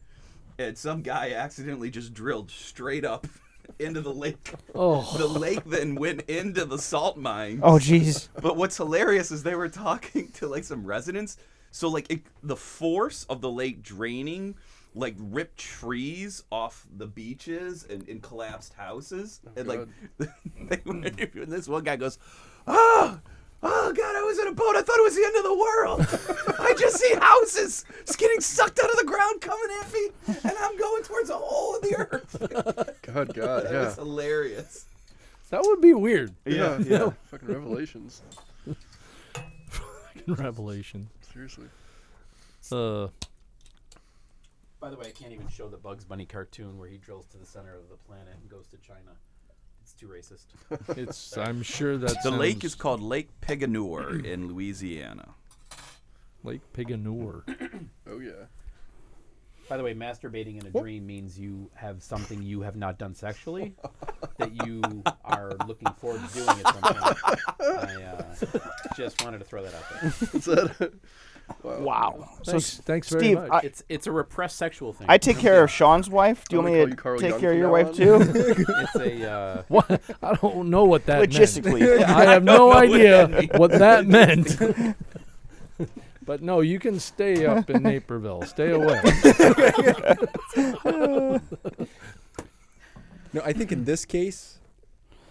Speaker 5: and some guy accidentally just drilled straight up into the lake.
Speaker 7: Oh.
Speaker 5: The lake then went into the salt mines.
Speaker 3: Oh, jeez.
Speaker 5: But what's hilarious is they were talking to like some residents. So like it, the force of the lake draining like ripped trees off the beaches and, and collapsed houses. and like they were interviewing this one guy goes, Oh, oh god, I was in a boat. I thought it was the end of the world. I just see houses s- getting sucked out of the ground coming at me, and I'm going towards a hole in the earth.
Speaker 4: God, God,
Speaker 5: That
Speaker 4: yeah.
Speaker 5: was hilarious.
Speaker 7: that would be weird
Speaker 4: Yeah, yeah. Fucking revelations.
Speaker 7: revelation
Speaker 4: Seriously.
Speaker 7: uh
Speaker 2: By the way, I can't even show the Bugs Bunny cartoon where he drills to the center of the planet and goes to China. It's too racist.
Speaker 7: it's i'm sure that
Speaker 5: The lake
Speaker 7: sounds
Speaker 5: is called Lake Piganur in Louisiana.
Speaker 7: lake piganur
Speaker 4: Oh yeah.
Speaker 2: By the way, masturbating in a dream means you have something you have not done sexually that you are looking forward to doing at some time. I uh, just wanted to throw that out there.
Speaker 4: Is that
Speaker 3: Wow. So
Speaker 7: thanks,
Speaker 3: S-
Speaker 7: thanks very
Speaker 3: Steve,
Speaker 7: much
Speaker 3: I,
Speaker 2: It's it's a repressed sexual thing.
Speaker 3: I take care of Sean's wife. Do you
Speaker 4: I'm
Speaker 3: want
Speaker 4: gonna
Speaker 3: me
Speaker 4: call
Speaker 3: to
Speaker 4: you Carl
Speaker 3: take
Speaker 4: Jung
Speaker 3: care of
Speaker 4: from
Speaker 3: your
Speaker 4: now
Speaker 3: wife
Speaker 4: on.
Speaker 3: too?
Speaker 2: it's a uh,
Speaker 7: What? I don't know what that meant.
Speaker 3: Logistically.
Speaker 7: I have no
Speaker 5: know what
Speaker 7: idea
Speaker 5: that means.
Speaker 7: what that meant. but no, you can stay up in Naperville. Stay away.
Speaker 6: No, I think in this case,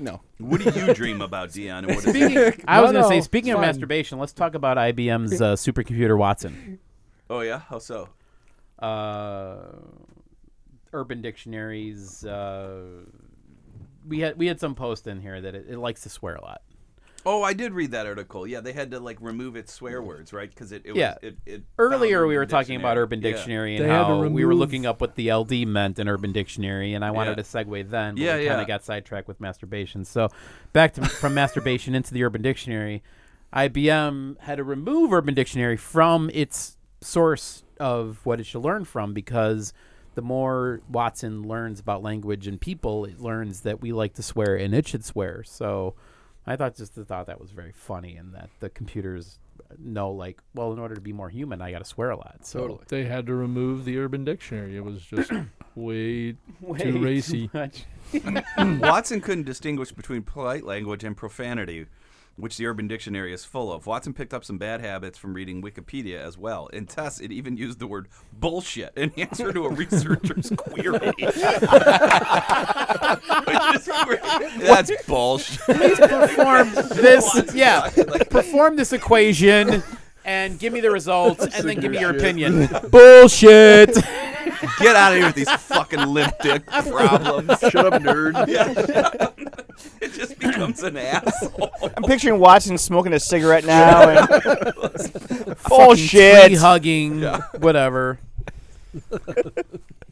Speaker 6: no.
Speaker 5: What do you dream about, Dion? And what is it?
Speaker 2: Speaking, I was
Speaker 7: No,
Speaker 2: going to say,
Speaker 7: no,
Speaker 2: speaking of
Speaker 7: fine.
Speaker 2: masturbation, let's talk about IBM's uh, supercomputer Watson.
Speaker 5: Oh yeah, how so?
Speaker 2: Uh, Urban Dictionaries. Uh, we had we had some post in here that it, it likes to swear a lot.
Speaker 5: Oh, I did read that article. Yeah, they had to like remove its swear words, right? Because it, it
Speaker 2: Yeah.
Speaker 5: was it, it
Speaker 2: Earlier,
Speaker 5: found
Speaker 2: we were
Speaker 5: Urban
Speaker 2: talking about
Speaker 5: Dictionary.
Speaker 2: Urban
Speaker 5: Yeah.
Speaker 2: Dictionary and
Speaker 7: They had to
Speaker 2: how we were
Speaker 7: remove-
Speaker 2: looking up what the LD meant in Urban Dictionary, and I wanted to
Speaker 5: Yeah.
Speaker 2: segue then, but
Speaker 5: Yeah,
Speaker 2: we kind
Speaker 5: yeah.
Speaker 2: of got sidetracked with masturbation. So, back to from masturbation into the Urban Dictionary, IBM had to remove Urban Dictionary from its source of what it should learn from because the more Watson learns about language and people, it learns that we like to swear and it should swear. So, I thought just the thought that was very funny, and that the computers know like well in order to be more human i gotta swear a lot so
Speaker 4: Totally.
Speaker 7: they had to remove the Urban Dictionary. It was just way,
Speaker 2: Way
Speaker 7: too racy.
Speaker 2: much.
Speaker 5: Watson couldn't distinguish between polite language and profanity, which the Urban Dictionary is full of. Watson picked up some bad habits from reading Wikipedia as well. In tests, it even used the word bullshit in answer to a researcher's query. Which is great. That's bullshit.
Speaker 2: Perform this, yeah. Perform this equation and give me the results, and then give me your opinion. Bullshit.
Speaker 5: Get out of here with these fucking limp dick problems.
Speaker 4: Shut up, nerd.
Speaker 5: It just becomes an asshole.
Speaker 3: I'm picturing Watson smoking a cigarette now. And Bullshit.
Speaker 2: hugging, whatever.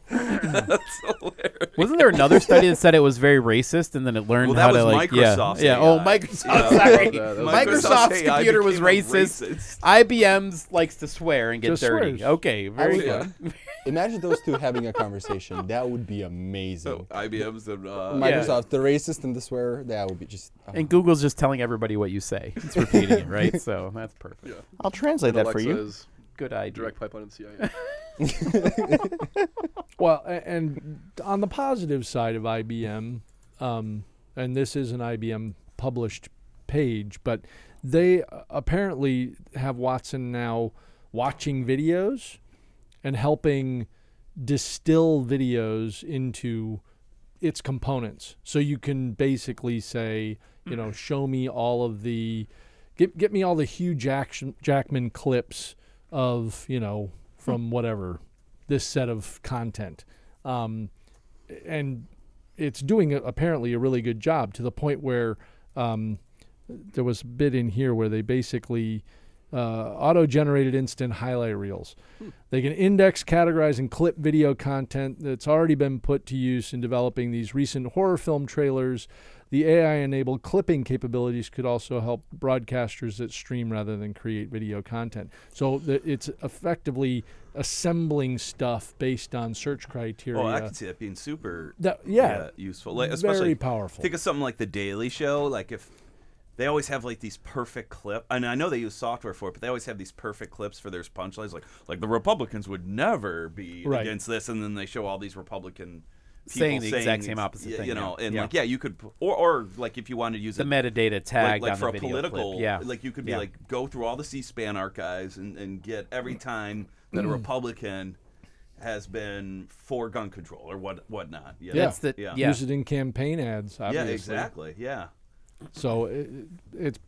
Speaker 5: That's hilarious.
Speaker 2: Wasn't there another study that said it was very racist, and then it learned
Speaker 5: Well,
Speaker 2: how
Speaker 5: that
Speaker 2: to
Speaker 5: was
Speaker 2: like,
Speaker 5: Microsoft's
Speaker 2: yeah, yeah.
Speaker 5: AI.
Speaker 2: Oh, Microsoft. Sorry,
Speaker 4: Yeah, that was
Speaker 2: Microsoft's
Speaker 5: Microsoft's AI
Speaker 2: computer was
Speaker 5: became a
Speaker 2: racist.
Speaker 5: racist.
Speaker 2: IBM's likes to swear and get
Speaker 7: Just
Speaker 2: dirty.
Speaker 7: swears.
Speaker 2: Okay, very
Speaker 6: would-
Speaker 2: good.
Speaker 6: Imagine those two having a conversation. That would be amazing.
Speaker 5: So IBM's and uh,
Speaker 6: Microsoft, the racist and the swearer, that would be just. oh.
Speaker 2: And Google's just telling everybody what you say. It's repeating it, right? So that's perfect.
Speaker 3: I'll translate that for you.
Speaker 4: Alexa's
Speaker 2: Good idea.
Speaker 4: direct pipeline and CIA.
Speaker 7: Well, a- and on the positive side of IBM, um, and this is an IBM published page, but they uh, apparently have Watson now watching videos and helping distill videos into its components. So you can basically say, you know, show me all of the, get get me all the Hugh Jackson, Jackman clips of you know from whatever this set of content, um, and it's doing a, apparently a really good job to the point where um, there was a bit in here where they basically uh, auto-generated instant highlight reels. They can index, categorize, and clip video content that's already been put to use in developing these recent horror film trailers. The AI-enabled clipping capabilities could also help broadcasters that stream rather than create video content. So the, it's effectively assembling stuff based on search criteria.
Speaker 5: Oh, I can see that being super.
Speaker 7: That- yeah.
Speaker 5: useful. Like
Speaker 7: Very
Speaker 5: especially
Speaker 7: powerful.
Speaker 5: Think of something like the Daily Show. Like if they always have like these perfect clip, and I know they use software for it, but they always have these perfect clips for their punchlines. Like like the Republicans would never be
Speaker 7: Right.
Speaker 5: against this, and then they show all these Republican. People
Speaker 2: Saying the exact same
Speaker 5: ex-
Speaker 2: opposite
Speaker 5: y-
Speaker 2: thing,
Speaker 5: you know,
Speaker 2: yeah.
Speaker 5: and
Speaker 2: Yeah.
Speaker 5: like yeah, you could, p- or or like if you wanted to use
Speaker 2: the
Speaker 5: it
Speaker 2: metadata
Speaker 5: like,
Speaker 2: tag
Speaker 5: like
Speaker 2: on
Speaker 5: for
Speaker 2: the
Speaker 5: a
Speaker 2: video
Speaker 5: political
Speaker 2: clip. Yeah,
Speaker 5: like you could be
Speaker 2: Yeah.
Speaker 5: like go through all the c-span archives and, and get every time that
Speaker 2: Mm.
Speaker 5: a republican has been for gun control or what whatnot you know?
Speaker 2: that's the
Speaker 5: yeah
Speaker 2: yeah.
Speaker 7: Use it in campaign ads.
Speaker 5: Yeah,
Speaker 7: Obviously.
Speaker 5: exactly yeah
Speaker 7: So it, it's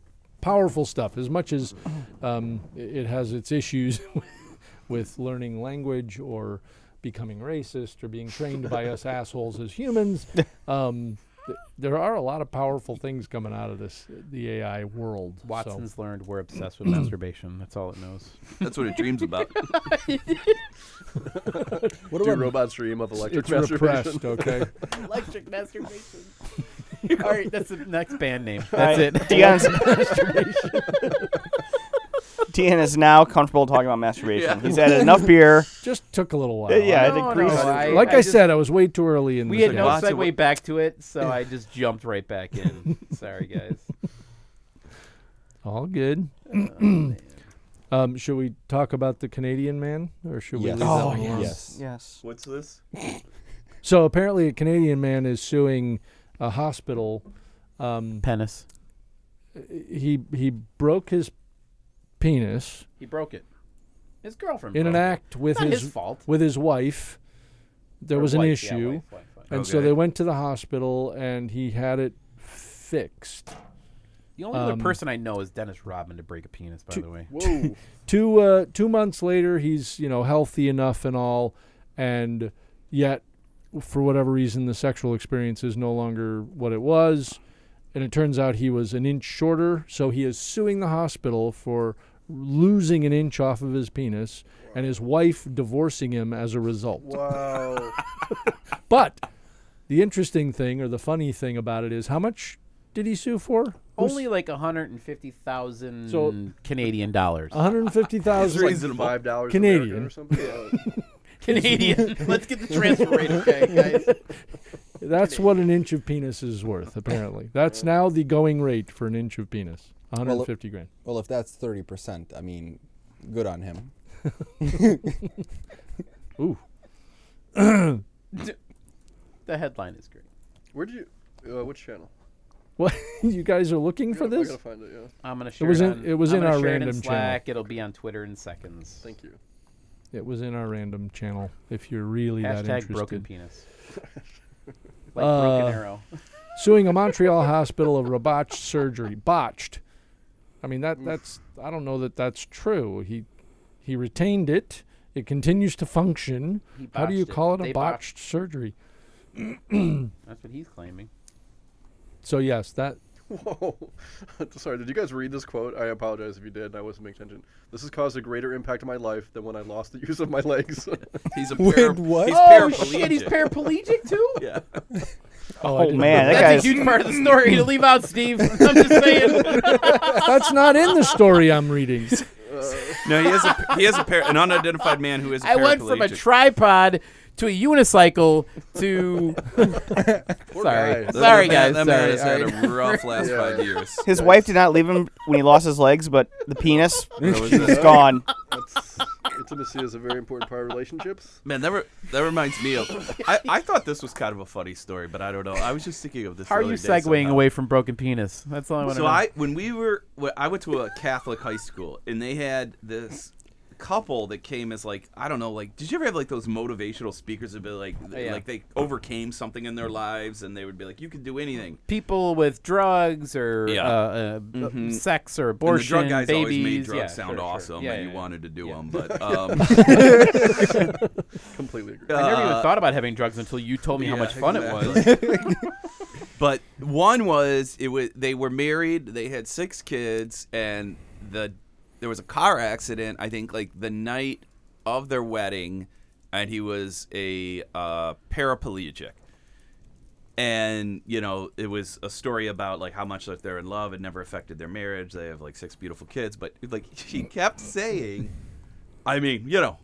Speaker 7: powerful stuff. As much as um, i- it has its issues with learning language or becoming racist or being trained by us assholes as humans, um, th- there are a lot of powerful things coming out of this the AI world. So-
Speaker 2: Watson's learned we're obsessed with masturbation. That's all it knows.
Speaker 5: that's what it dreams about
Speaker 6: What
Speaker 4: Do
Speaker 6: about
Speaker 4: robots dream of electric
Speaker 7: it's
Speaker 4: masturbation?
Speaker 7: repressed. Okay.
Speaker 2: Electric masturbation. all right, that's the next band name. That's
Speaker 3: Alright,
Speaker 2: it.
Speaker 3: Deion's, Deon is now comfortable talking about masturbation. He's had enough beer.
Speaker 7: Just took a little while.
Speaker 3: Uh, yeah,
Speaker 2: No,
Speaker 3: I
Speaker 2: no,
Speaker 3: think Grease.
Speaker 2: I-
Speaker 7: like I,
Speaker 2: just-
Speaker 7: said, I was way too early in
Speaker 2: we
Speaker 7: this
Speaker 2: had
Speaker 7: thing.
Speaker 2: no
Speaker 5: Lots of
Speaker 2: segue back to it, so I just jumped right back in. Sorry, guys.
Speaker 7: All good. um, should we talk about the Canadian man, or should
Speaker 6: Yes.
Speaker 7: we leave
Speaker 2: Oh,
Speaker 7: that one alone?
Speaker 6: yes.
Speaker 3: Yes.
Speaker 5: what's this
Speaker 7: So apparently, a Canadian man is suing a hospital.
Speaker 2: Penis.
Speaker 7: He he broke his penis
Speaker 2: He broke it. His girlfriend.
Speaker 7: in an
Speaker 2: broke it.
Speaker 7: act with
Speaker 2: Not
Speaker 7: his,
Speaker 2: his fault.
Speaker 7: with his wife. There
Speaker 2: Or
Speaker 7: was an
Speaker 2: wife, yeah,
Speaker 7: issue,
Speaker 2: wife, wife, wife.
Speaker 7: and so
Speaker 5: Okay.
Speaker 7: they went to the hospital, and he had it fixed.
Speaker 2: The only
Speaker 7: Um,
Speaker 2: other person I know is Dennis Rodman to break a penis. By the way,
Speaker 4: Whoa.
Speaker 7: two uh, two months later, he's you know healthy enough and all, and yet for whatever reason, the sexual experience is no longer what it was, and it turns out he was an inch shorter, so he is suing the hospital for losing an inch off of his penis and his wife divorcing him as a result.
Speaker 6: Whoa.
Speaker 7: But the interesting thing or the funny thing about it is how much did he sue for?
Speaker 2: only like hundred and fifty thousand
Speaker 7: So- uh,
Speaker 2: Canadian dollars.
Speaker 7: One hundred fifty thousand.
Speaker 5: It's like
Speaker 4: Five dollars
Speaker 7: Canadian.
Speaker 4: American or something. Oh. Yeah.
Speaker 2: Canadian. Let's get the transfer rate, okay, guys.
Speaker 7: That's what an inch of penis is worth, apparently. That's now the going rate for an inch of penis. 150 grand.
Speaker 6: Well, if that's thirty percent, I mean, good on him.
Speaker 7: Ooh.
Speaker 2: The headline is great.
Speaker 4: Where'd you? Uh, which channel?
Speaker 7: What you guys are looking
Speaker 4: I
Speaker 7: for
Speaker 4: gotta- I
Speaker 7: this?
Speaker 4: gotta find it. Yeah.
Speaker 2: I'm gonna share
Speaker 7: was
Speaker 2: it.
Speaker 7: in-
Speaker 2: on-
Speaker 7: it was
Speaker 2: I'm
Speaker 7: in
Speaker 2: gonna
Speaker 7: our
Speaker 2: share it
Speaker 7: random
Speaker 2: in
Speaker 7: channel.
Speaker 2: Slack. It'll be on Twitter in seconds.
Speaker 4: Thank you.
Speaker 7: It was in our random channel if you're really that
Speaker 2: Hashtag
Speaker 7: interested.
Speaker 2: broken penis. like
Speaker 7: Uh,
Speaker 2: broken arrow.
Speaker 7: Suing a Montreal hospital over a botched surgery. Botched. I mean that that's I don't know that that's true. He he retained it. It continues to function.
Speaker 2: He
Speaker 7: How do you
Speaker 2: botched it.
Speaker 7: call it,
Speaker 2: They
Speaker 7: a
Speaker 2: botched-
Speaker 7: botched surgery?
Speaker 2: That's what he's claiming.
Speaker 7: So yes, that
Speaker 4: Whoa. Sorry, did you guys read this quote? I apologize if you did. I wasn't paying attention. This has caused a greater impact on my life than when I lost the use of my legs.
Speaker 5: he's a
Speaker 6: Wait,
Speaker 5: para-
Speaker 6: what?
Speaker 5: he's
Speaker 2: Oh
Speaker 5: paraplegic.
Speaker 2: shit, he's paraplegic too.
Speaker 5: yeah
Speaker 7: Oh, I
Speaker 6: Oh,
Speaker 7: didn't
Speaker 3: man,
Speaker 7: know that.
Speaker 3: that
Speaker 2: That's
Speaker 3: guy's
Speaker 2: a huge part of the story to leave out, Steve. I'm just saying.
Speaker 7: that's not in the story I'm reading.
Speaker 5: no he is a he is a par- an unidentified man who is a
Speaker 2: I went from a
Speaker 5: paraplegic.
Speaker 2: tripod to a unicycle to.
Speaker 4: Poor
Speaker 2: Sorry.
Speaker 4: guy.
Speaker 5: That-
Speaker 2: Sorry, guys,
Speaker 5: that man- that
Speaker 2: sorry,
Speaker 5: man has had a rough last
Speaker 4: Yeah.
Speaker 5: five years
Speaker 3: His wife did not leave him when he lost his legs, but the penis
Speaker 5: was
Speaker 3: is
Speaker 5: that?
Speaker 3: gone.
Speaker 4: That's, intimacy is a very important part of relationships.
Speaker 5: Man, that, re- that reminds me of. I, I thought this was kind of a funny story, but I don't know. I was just thinking of this.
Speaker 2: How are
Speaker 5: the
Speaker 2: you
Speaker 5: other day
Speaker 2: segueing
Speaker 5: somehow.
Speaker 2: away from broken penis? That's all I want to
Speaker 5: So
Speaker 2: know.
Speaker 5: I, when we were, when I went to a Catholic high school, and they had this couple that came as like I don't know, like did you ever have like those motivational speakers that be like
Speaker 2: Oh, yeah.
Speaker 5: like they overcame something in their lives and they would be like, You can do anything.
Speaker 2: People with drugs or
Speaker 5: Yeah. Mm-hmm.
Speaker 2: uh, uh, sex or
Speaker 5: And
Speaker 2: abortion,
Speaker 5: the drug guys
Speaker 2: babies.
Speaker 5: always made drugs
Speaker 2: yeah,
Speaker 5: sound
Speaker 2: sure, sure.
Speaker 5: awesome
Speaker 2: Yeah,
Speaker 5: and
Speaker 2: yeah,
Speaker 5: you
Speaker 2: yeah.
Speaker 5: wanted to do
Speaker 2: Yeah.
Speaker 5: them, but um,
Speaker 4: Completely agree.
Speaker 2: I never
Speaker 5: uh,
Speaker 2: even thought about having drugs until you told me how
Speaker 5: yeah,
Speaker 2: much fun it was.
Speaker 5: exactly. but one was it was they were married, they had six kids, and the there was a car accident. I think like the night of their wedding, and he was a uh, paraplegic. And you know, it was a story about like how much like they're in love. It never affected their marriage. They have like six beautiful kids, but like she kept saying, "I mean, you know,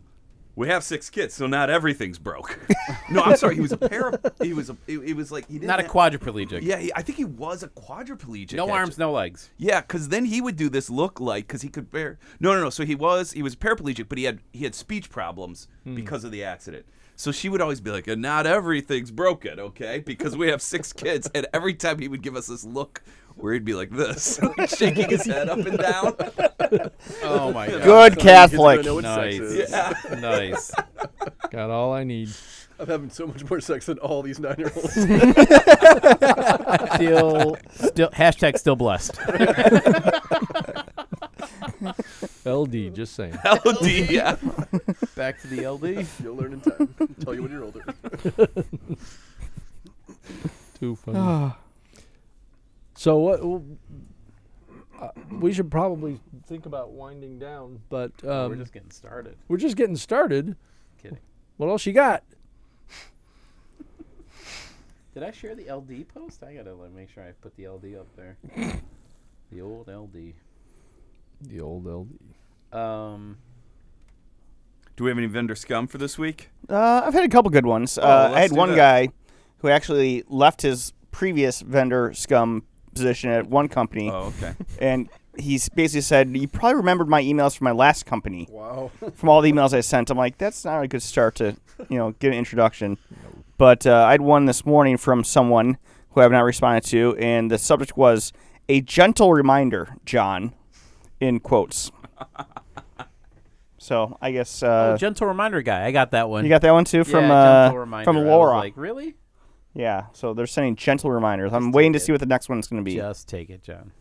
Speaker 5: we have six kids, so not everything's broke." no, I'm sorry. He was a para. He was a. It, it was like he didn't
Speaker 2: Not a
Speaker 5: have-
Speaker 2: quadriplegic.
Speaker 5: yeah, he, I think he was a quadriplegic.
Speaker 2: No arms,
Speaker 5: actually.
Speaker 2: no legs.
Speaker 5: Yeah, because then he would do this look like because he could bear. No, no, no. So he was he was paraplegic, but he had he had speech problems
Speaker 2: Hmm.
Speaker 5: because of the accident. So she would always be like, "And "Not everything's broken, okay?" Because we have six kids, and every time he would give us this look where he'd be like this, like shaking his head up and down.
Speaker 2: Oh my god.
Speaker 3: Good Catholic.
Speaker 4: know what
Speaker 2: Nice.
Speaker 4: sex is.
Speaker 2: nice.
Speaker 7: Got all I need.
Speaker 4: I'm having so much more sex than all these nine year olds.
Speaker 2: Still, still. Hashtag still blessed.
Speaker 7: LD, just saying.
Speaker 5: LD, yeah.
Speaker 2: Back to the LD.
Speaker 4: You'll learn in time. Tell you when you're older.
Speaker 7: Too funny. so what? w- uh, we should probably think about winding down, but um,
Speaker 2: We're just getting started.
Speaker 7: getting started.
Speaker 2: Kidding.
Speaker 7: What else you got?
Speaker 2: Did I share the LD post? I gotta like, make sure I put the LD up there. the old LD.
Speaker 7: The old LD.
Speaker 2: Um,
Speaker 5: Do we have any vendor scum for this week?
Speaker 3: Uh, I've had a couple good ones. uh, I
Speaker 5: let's
Speaker 3: had
Speaker 5: do
Speaker 3: one
Speaker 5: that.
Speaker 3: guy who actually left his previous vendor scum position at one company,
Speaker 5: Oh, okay.
Speaker 3: and he's basically said, "You probably remembered my emails from my last company,
Speaker 4: Wow.
Speaker 3: from all the emails I sent." I'm like, "That's not a good start to, you know, get an introduction." But uh, I had one this morning from someone who I've not responded to, and the subject was a gentle reminder, John, in quotes. so I guess uh,
Speaker 2: oh, gentle reminder guy. I got that one.
Speaker 3: you got that one too from
Speaker 2: yeah, gentle
Speaker 3: uh,
Speaker 2: reminder.
Speaker 3: from
Speaker 2: I was
Speaker 3: Laura.
Speaker 2: like really?
Speaker 3: Yeah, so they're sending gentle reminders. I'm waiting to see what the next one's going to be.
Speaker 2: Just take it, John.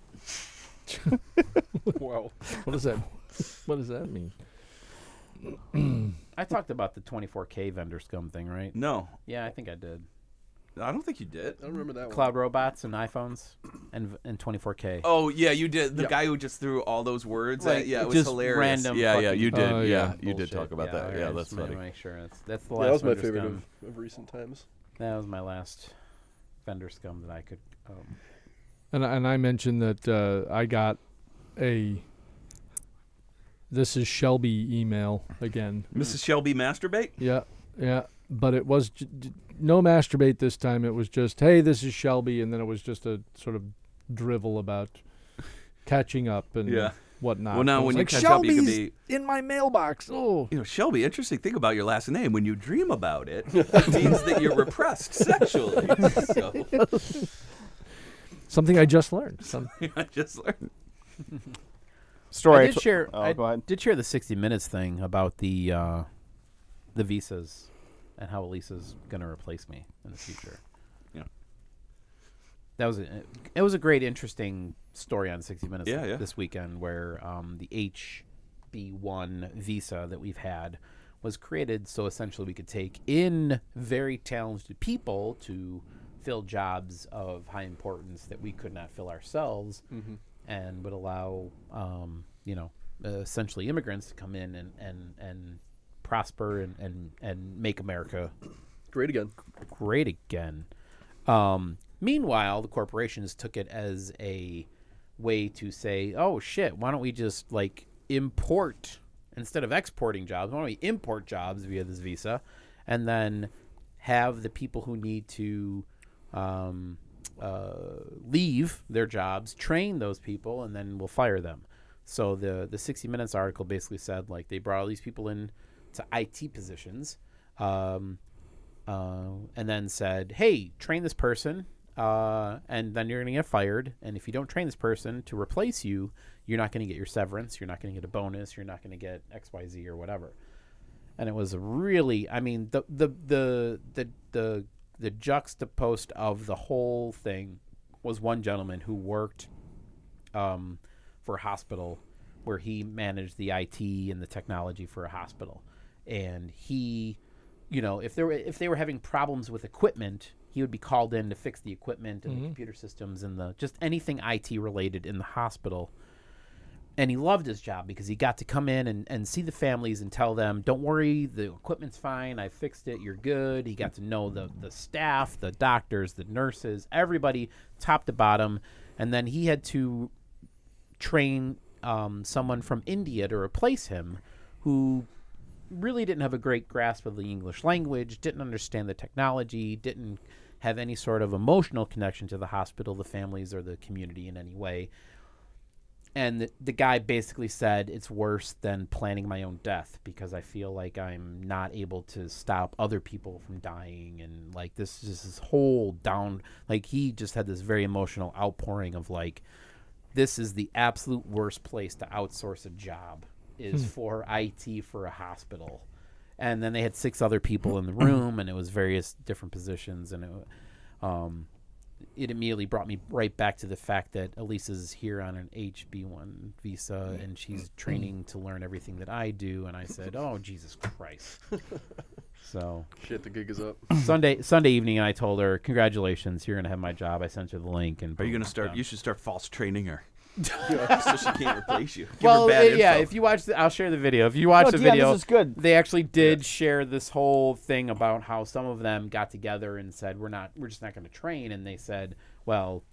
Speaker 4: Wow.
Speaker 7: What does that? what does that mean?
Speaker 2: I talked about the 24K vendor scum thing, right?
Speaker 5: No,
Speaker 2: Yeah, I think I did.
Speaker 5: I don't think you did.
Speaker 4: I don't remember that
Speaker 2: Cloud robots and iPhones and and 24K.
Speaker 5: Oh yeah, you did. The guy who just threw all those words.
Speaker 2: Like,
Speaker 5: at, yeah, it was
Speaker 2: just
Speaker 5: hilarious.
Speaker 2: random
Speaker 5: yeah, yeah,
Speaker 2: fucking-
Speaker 5: you did.
Speaker 7: Oh,
Speaker 5: yeah,
Speaker 7: yeah,
Speaker 5: you did
Speaker 2: Bullshit.
Speaker 5: talk about that.
Speaker 2: alright,
Speaker 5: Yeah,
Speaker 2: I
Speaker 5: that's
Speaker 2: just wanted to
Speaker 5: funny.
Speaker 2: Make sure that's that's the
Speaker 4: one.
Speaker 2: last
Speaker 4: Yeah, that was my
Speaker 2: vendor
Speaker 4: favorite
Speaker 2: scum.
Speaker 4: of, of recent times.
Speaker 2: That was my last vendor scum that I could. Um,
Speaker 7: And and I mentioned that uh, I got a. This is Shelby email again.
Speaker 5: Mrs. Shelby masturbate.
Speaker 7: Yeah, yeah. But it was j- j- no masturbate this time. It was just, hey, this is Shelby, and then it was just a sort of drivel about catching up and
Speaker 5: Yeah.
Speaker 7: whatnot.
Speaker 5: Well,
Speaker 7: Uh,
Speaker 5: now
Speaker 7: It was
Speaker 5: when you
Speaker 7: like,
Speaker 5: catch up, you
Speaker 7: Shelby's
Speaker 5: could
Speaker 7: in my mailbox. Oh,
Speaker 5: You know, Shelby. Interesting thing about your last name. When you dream about it, it means that you're repressed sexually. So
Speaker 7: something I just learned. Some,
Speaker 5: I just learned.
Speaker 3: Story.
Speaker 2: I did
Speaker 3: to-
Speaker 2: share.
Speaker 3: Oh,
Speaker 2: I
Speaker 3: go ahead.
Speaker 2: did share the 60 Minutes thing about the uh, the visas and how Elisa's gonna replace me in the future.
Speaker 5: Yeah.
Speaker 2: That was a, it. Was a great, interesting story on 60 Minutes
Speaker 5: Yeah, yeah.
Speaker 2: this weekend where um, the HB1 visa that we've had was created so essentially we could take in very talented people to fill jobs of high importance that we could not fill ourselves
Speaker 5: Mm-hmm.
Speaker 2: and would allow um, you know uh, essentially immigrants to come in and and, and prosper and, and and make America
Speaker 4: Great again.
Speaker 2: great again. Um, meanwhile, the corporations took it as a way to say, "Oh shit, why don't we just like import instead of exporting jobs? Why don't we import jobs via this visa, and then have the people who need to um, uh, leave their jobs train those people, and then we'll fire them." So the the 60 Minutes article basically said like they brought all these people in to IT um, positions. Um, uh, and then said, "Hey, train this person uh, and then you're going to get fired. And if you don't train this person to replace you, you're not going to get your severance. You're not going to get a bonus. You're not going to get X, Y, Z, or whatever. And it was a really, I mean, the the the the the the juxtapost of the whole thing was one gentleman who worked um, for a hospital where he managed the IT and the technology for a hospital. And he, you know, if there were, if they were having problems with equipment, he would be called in to fix the equipment and the computer systems and the just anything IT related in the hospital. And he loved his job because he got to come in and, and see the families and tell them, don't worry, the equipment's fine. I fixed it. You're good. He got to know the, the staff, the doctors, the nurses, everybody, top to bottom. And then he had to train um, someone from India to replace him who really didn't have a great grasp of the English language, didn't understand the technology, didn't have any sort of emotional connection to the hospital, the families, or the community in any way. And the, the guy basically said, It's worse than planning my own death because I feel like I'm not able to stop other people from dying. And like this, just this whole down, like he just had this very emotional outpouring of like, this is the absolute worst place to outsource a job is for IT for a hospital. And then they had six other people in the room and it was various different positions and it um it immediately brought me right back to the fact that Elisa's here on an HB1 visa and she's training to learn everything that I do and I said, "Oh, Jesus Christ." so,
Speaker 4: Shit, the gig is up.
Speaker 2: Sunday Sunday evening I told her, "Congratulations, you're going to have my job." I sent her the link and
Speaker 5: Are you
Speaker 2: boom,
Speaker 5: going to start?
Speaker 2: done.
Speaker 5: You should start false training her. so she can't replace you. Give her
Speaker 2: well,
Speaker 5: bad
Speaker 2: uh, yeah.
Speaker 5: info.
Speaker 2: If you watch, the, I'll share the video. If you watch
Speaker 3: No,
Speaker 2: the
Speaker 3: yeah,
Speaker 2: video,
Speaker 3: this is good.
Speaker 2: They actually did share this whole thing about how some of them got together and said, "We're not, we're just not going to train," and they said, "Well,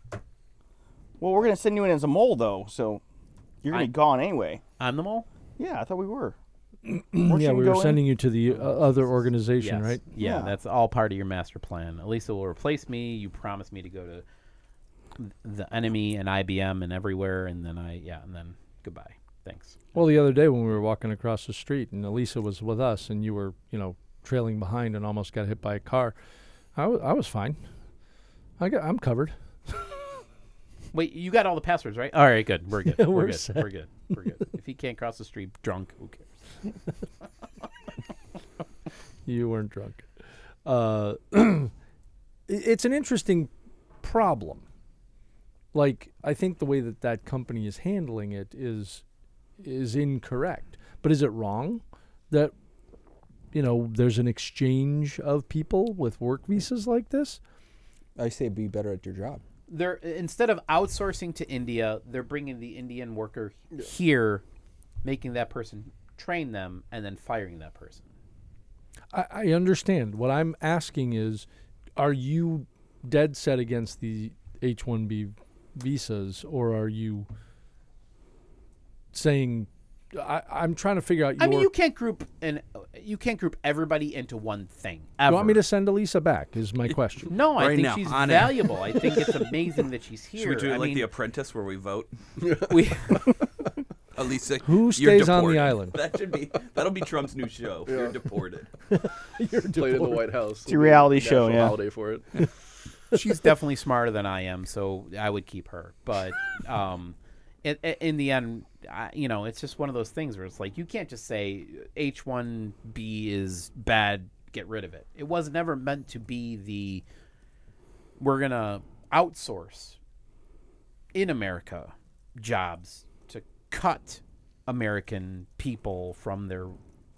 Speaker 3: Well, we're gonna send you in as a mole though, so you're gonna
Speaker 2: I-
Speaker 3: be gone anyway.
Speaker 2: I'm the mole."
Speaker 3: Yeah, I thought we were.
Speaker 7: yeah,
Speaker 3: you
Speaker 7: we were
Speaker 3: go in?
Speaker 7: sending you to the uh,
Speaker 5: Oh.
Speaker 7: other organization,
Speaker 2: Yes.
Speaker 7: right?
Speaker 2: Yeah,
Speaker 3: Yeah.
Speaker 2: that's all part of your master plan. Elisa will replace me. You promised me to go to th- the enemy and IBM and everywhere, and then I, yeah, and then goodbye. Thanks.
Speaker 7: Well, the other day when we were walking across the street and Elisa was with us and you were, you know, trailing behind and almost got hit by a car, I wa- I was fine. I got, I'm covered.
Speaker 2: Wait, you got all the passwords right? All right, good. We're good. we're,
Speaker 7: we're
Speaker 2: good.
Speaker 7: set.
Speaker 2: We're good. We're good. if he can't cross the street drunk, who cares?
Speaker 7: You weren't drunk. Uh, it- it's an interesting problem. Like I think the way that that company is handling it is is incorrect. But is it wrong that you know there's an exchange of people with work visas like this?
Speaker 6: I say be better at your job.
Speaker 2: they're instead of outsourcing to India, they're bringing the Indian worker here, making that person train them, and then firing that person.
Speaker 7: I, I understand. What I'm asking is, are you dead set against the H-1B visas, or are you saying? I, I'm trying to figure out. Your,
Speaker 2: I mean, you can't group and you can't group everybody into one thing.
Speaker 7: you
Speaker 2: Ever.
Speaker 7: want me to send Elisa back? Is my question.
Speaker 2: No, I
Speaker 5: Right
Speaker 2: think
Speaker 5: now,
Speaker 2: she's
Speaker 5: on air.
Speaker 2: valuable. I think it's amazing that she's here.
Speaker 5: Should we do it
Speaker 2: I
Speaker 5: like
Speaker 2: mean,
Speaker 5: The Apprentice, where we vote?
Speaker 2: we,
Speaker 5: Elisa,
Speaker 7: Who
Speaker 5: you're
Speaker 7: stays on the
Speaker 5: deported.
Speaker 7: island?
Speaker 5: That should be that'll be Trump's new show. You're deported.
Speaker 4: Played in the White House. It's
Speaker 3: a reality show, yeah.
Speaker 4: Holiday for it.
Speaker 2: she's definitely smarter than I am, so I would keep her. But um, in, in the end, I, you know, it's just one of those things where it's like you can't just say H one B is bad. Get rid of it. It was never meant to be the we're gonna outsource in America jobs to cut American people from their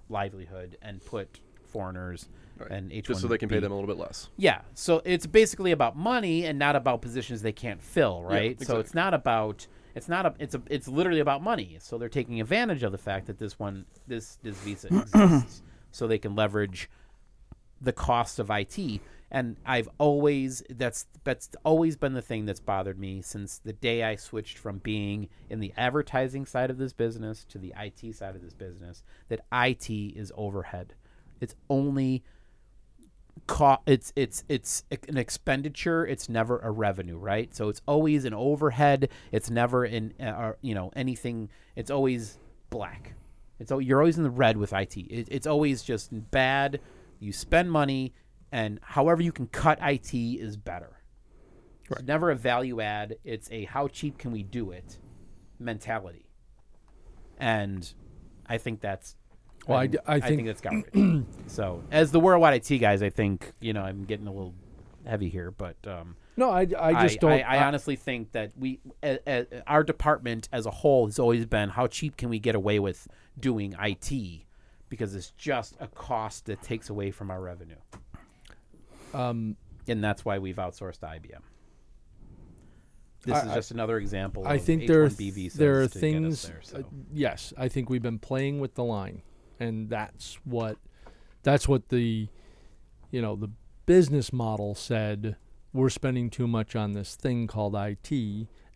Speaker 2: livelihood and put foreigners and H one
Speaker 4: Just so they can pay them a little bit less.
Speaker 2: yeah. So it's basically about money and not about positions they can't fill, right? So it's not about it's not a it's a it's literally about money. So they're taking advantage of the fact that this one this this visa exists so they can leverage the cost of IT. And I've always that's that's always been the thing that's bothered me since the day I switched from being in the advertising side of this business to the IT side of this business that IT is overhead. It's only co- it's it's it's an expenditure it's never a revenue right so it's always an overhead it's never in uh, or, you know anything it's always black it's al- you're always in the red with IT it, it's always just bad you spend money and however you can cut IT is better It's never a value add. It's a how cheap can we do it mentality. And I think that's
Speaker 7: Well, I
Speaker 2: I'm-
Speaker 7: d- I think-
Speaker 2: that's garbage. so as the worldwide IT guys, I think you know I'm getting a little heavy here, but um,
Speaker 7: No, I, I just don't.
Speaker 2: I, I honestly think that we, a, a, our department as a whole, has always been how cheap can we get away with doing IT, because it's just a cost that takes away from our revenue. Um,
Speaker 7: Um,
Speaker 2: and that's why we've outsourced to IBM. This is just another example.
Speaker 7: I
Speaker 2: of
Speaker 7: think there are,
Speaker 2: H1B visas
Speaker 7: there are
Speaker 2: to get us
Speaker 7: things.
Speaker 2: there,
Speaker 7: uh,
Speaker 2: so.
Speaker 7: yes, I think we've been playing with the line, and that's what that's what the you know the business model said. We're spending too much on this thing called IT,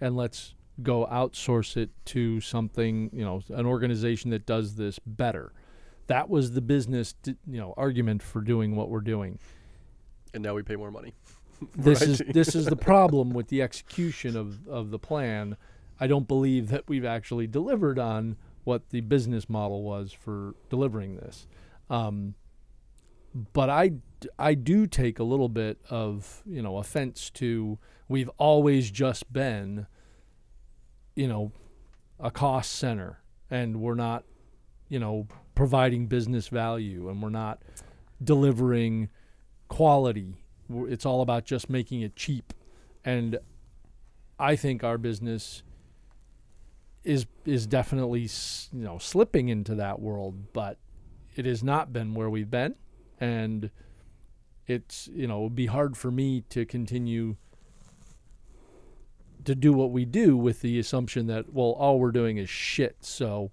Speaker 7: and let's go outsource it to something you know an organization that does this better. That was the business d- you know argument for doing what we're doing
Speaker 4: and now we pay more money.
Speaker 7: this is this is the problem with the execution of, of the plan. I don't believe that we've actually delivered on what the business model was for delivering this. Um, but I, d- I do take a little bit of you know offense to we've always just been you know a cost center and we're not you know providing business value and we're not delivering quality. W- It's all about just making it cheap. And I think our business is is definitely s- you know slipping into that world, but it has not been where we've been, and it's you know it would be hard for me to continue to do what we do with the assumption that well all we're doing is shit so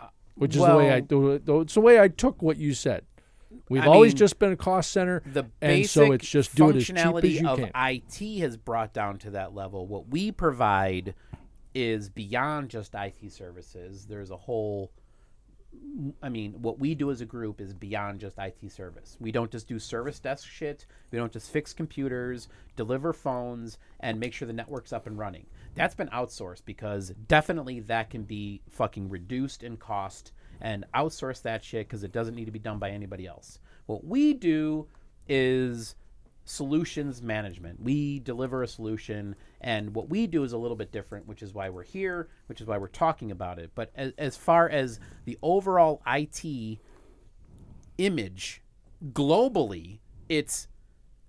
Speaker 7: uh, which is the way I do it. It's the way I took what you said. We've
Speaker 2: I
Speaker 7: always
Speaker 2: mean,
Speaker 7: just been a cost center,
Speaker 2: the
Speaker 7: and
Speaker 2: basic
Speaker 7: so it's just do it as cheap as
Speaker 2: functionality
Speaker 7: you
Speaker 2: of
Speaker 7: can.
Speaker 2: IT has brought down to that level. What we provide is beyond just IT services. There's a whole I mean, what we do as a group is beyond just IT service. We don't just do service desk shit. We don't just fix computers, deliver phones, and make sure the network's up and running. That's been outsourced because definitely that can be fucking reduced in cost and outsource that shit because it doesn't need to be done by anybody else. What we do is solutions management. We deliver a solution, and what we do is a little bit different, which is why we're here, which is why we're talking about it. But as, as far as the overall IT image globally, it's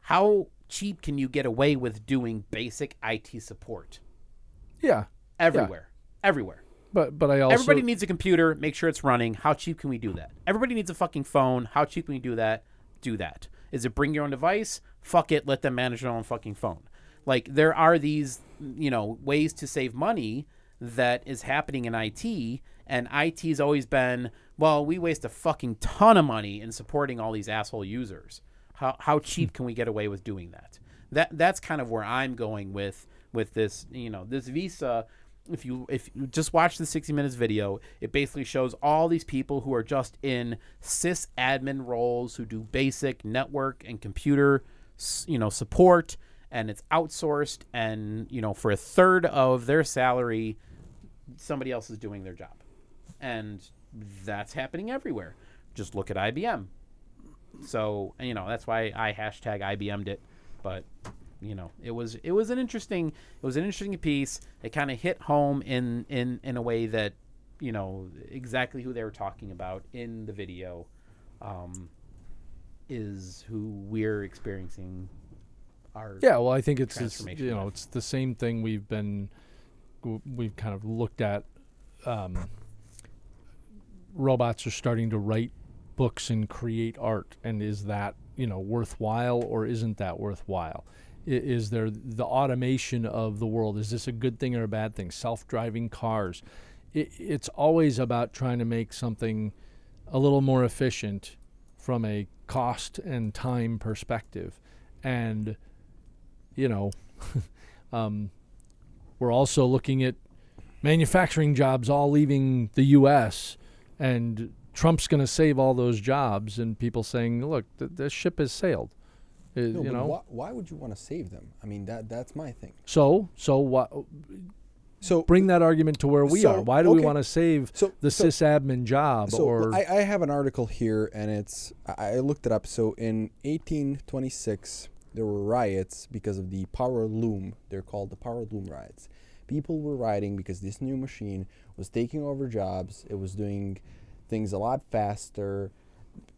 Speaker 2: how cheap can you get away with doing basic IT support
Speaker 7: yeah,
Speaker 2: everywhere? Everywhere.
Speaker 7: but but I also
Speaker 2: Everybody needs a computer. Make sure it's running. How cheap can we do that? Everybody needs a fucking phone. How cheap can we do that? Do that. Is it bring your own device? Fuck it. Let them manage their own fucking phone. Like there are these, you know, ways to save money that is happening in IT, and IT's always been, well, we waste a fucking ton of money in supporting all these asshole users. How how cheap can we get away with doing that? That that's kind of where I'm going with with this, you know, this visa if you if you just watch the 60 minutes video it basically shows all these people who are just in sys admin roles who do basic network and computer s- you know support and it's outsourced and you know for a third of their salary somebody else is doing their job and that's happening everywhere just look at IBM so you know that's why I hashtag IBM'd it, but you know it was it was an interesting it was an interesting piece. It kind of hit home in in in a way that you know exactly who they were talking about in the video um, is who we're experiencing our
Speaker 7: Yeah, well, I think it's this,
Speaker 2: transformation
Speaker 7: you know
Speaker 2: with.
Speaker 7: it's the same thing we've been w- we've kind of looked at. Um, robots are starting to write books and create art, and is that you know worthwhile or isn't that worthwhile? I- Is there the automation of the world? Is this a good thing or a bad thing? Self-driving cars. It, it's always about trying to make something a little more efficient from a cost and time perspective, and you know, um, we're also looking at manufacturing jobs all leaving the U.S. and Trump's going to save all those jobs, and people saying, "Look, th- this ship has sailed." Uh,
Speaker 6: No,
Speaker 7: you
Speaker 6: but
Speaker 7: know,
Speaker 6: why, why would you want to save them? I mean, that that's my thing.
Speaker 7: so so what?
Speaker 6: So
Speaker 7: Bring that argument to where we
Speaker 6: So,
Speaker 7: are. Why do we
Speaker 6: okay.
Speaker 7: want to save
Speaker 6: So-
Speaker 7: the
Speaker 6: so-
Speaker 7: sysadmin job?
Speaker 6: so
Speaker 7: or
Speaker 6: I, I have an article here, and it's I I looked it up. So in 1826, there were riots because of the power loom. They're called the power loom riots. People were rioting because this new machine was taking over jobs. It was doing things a lot faster.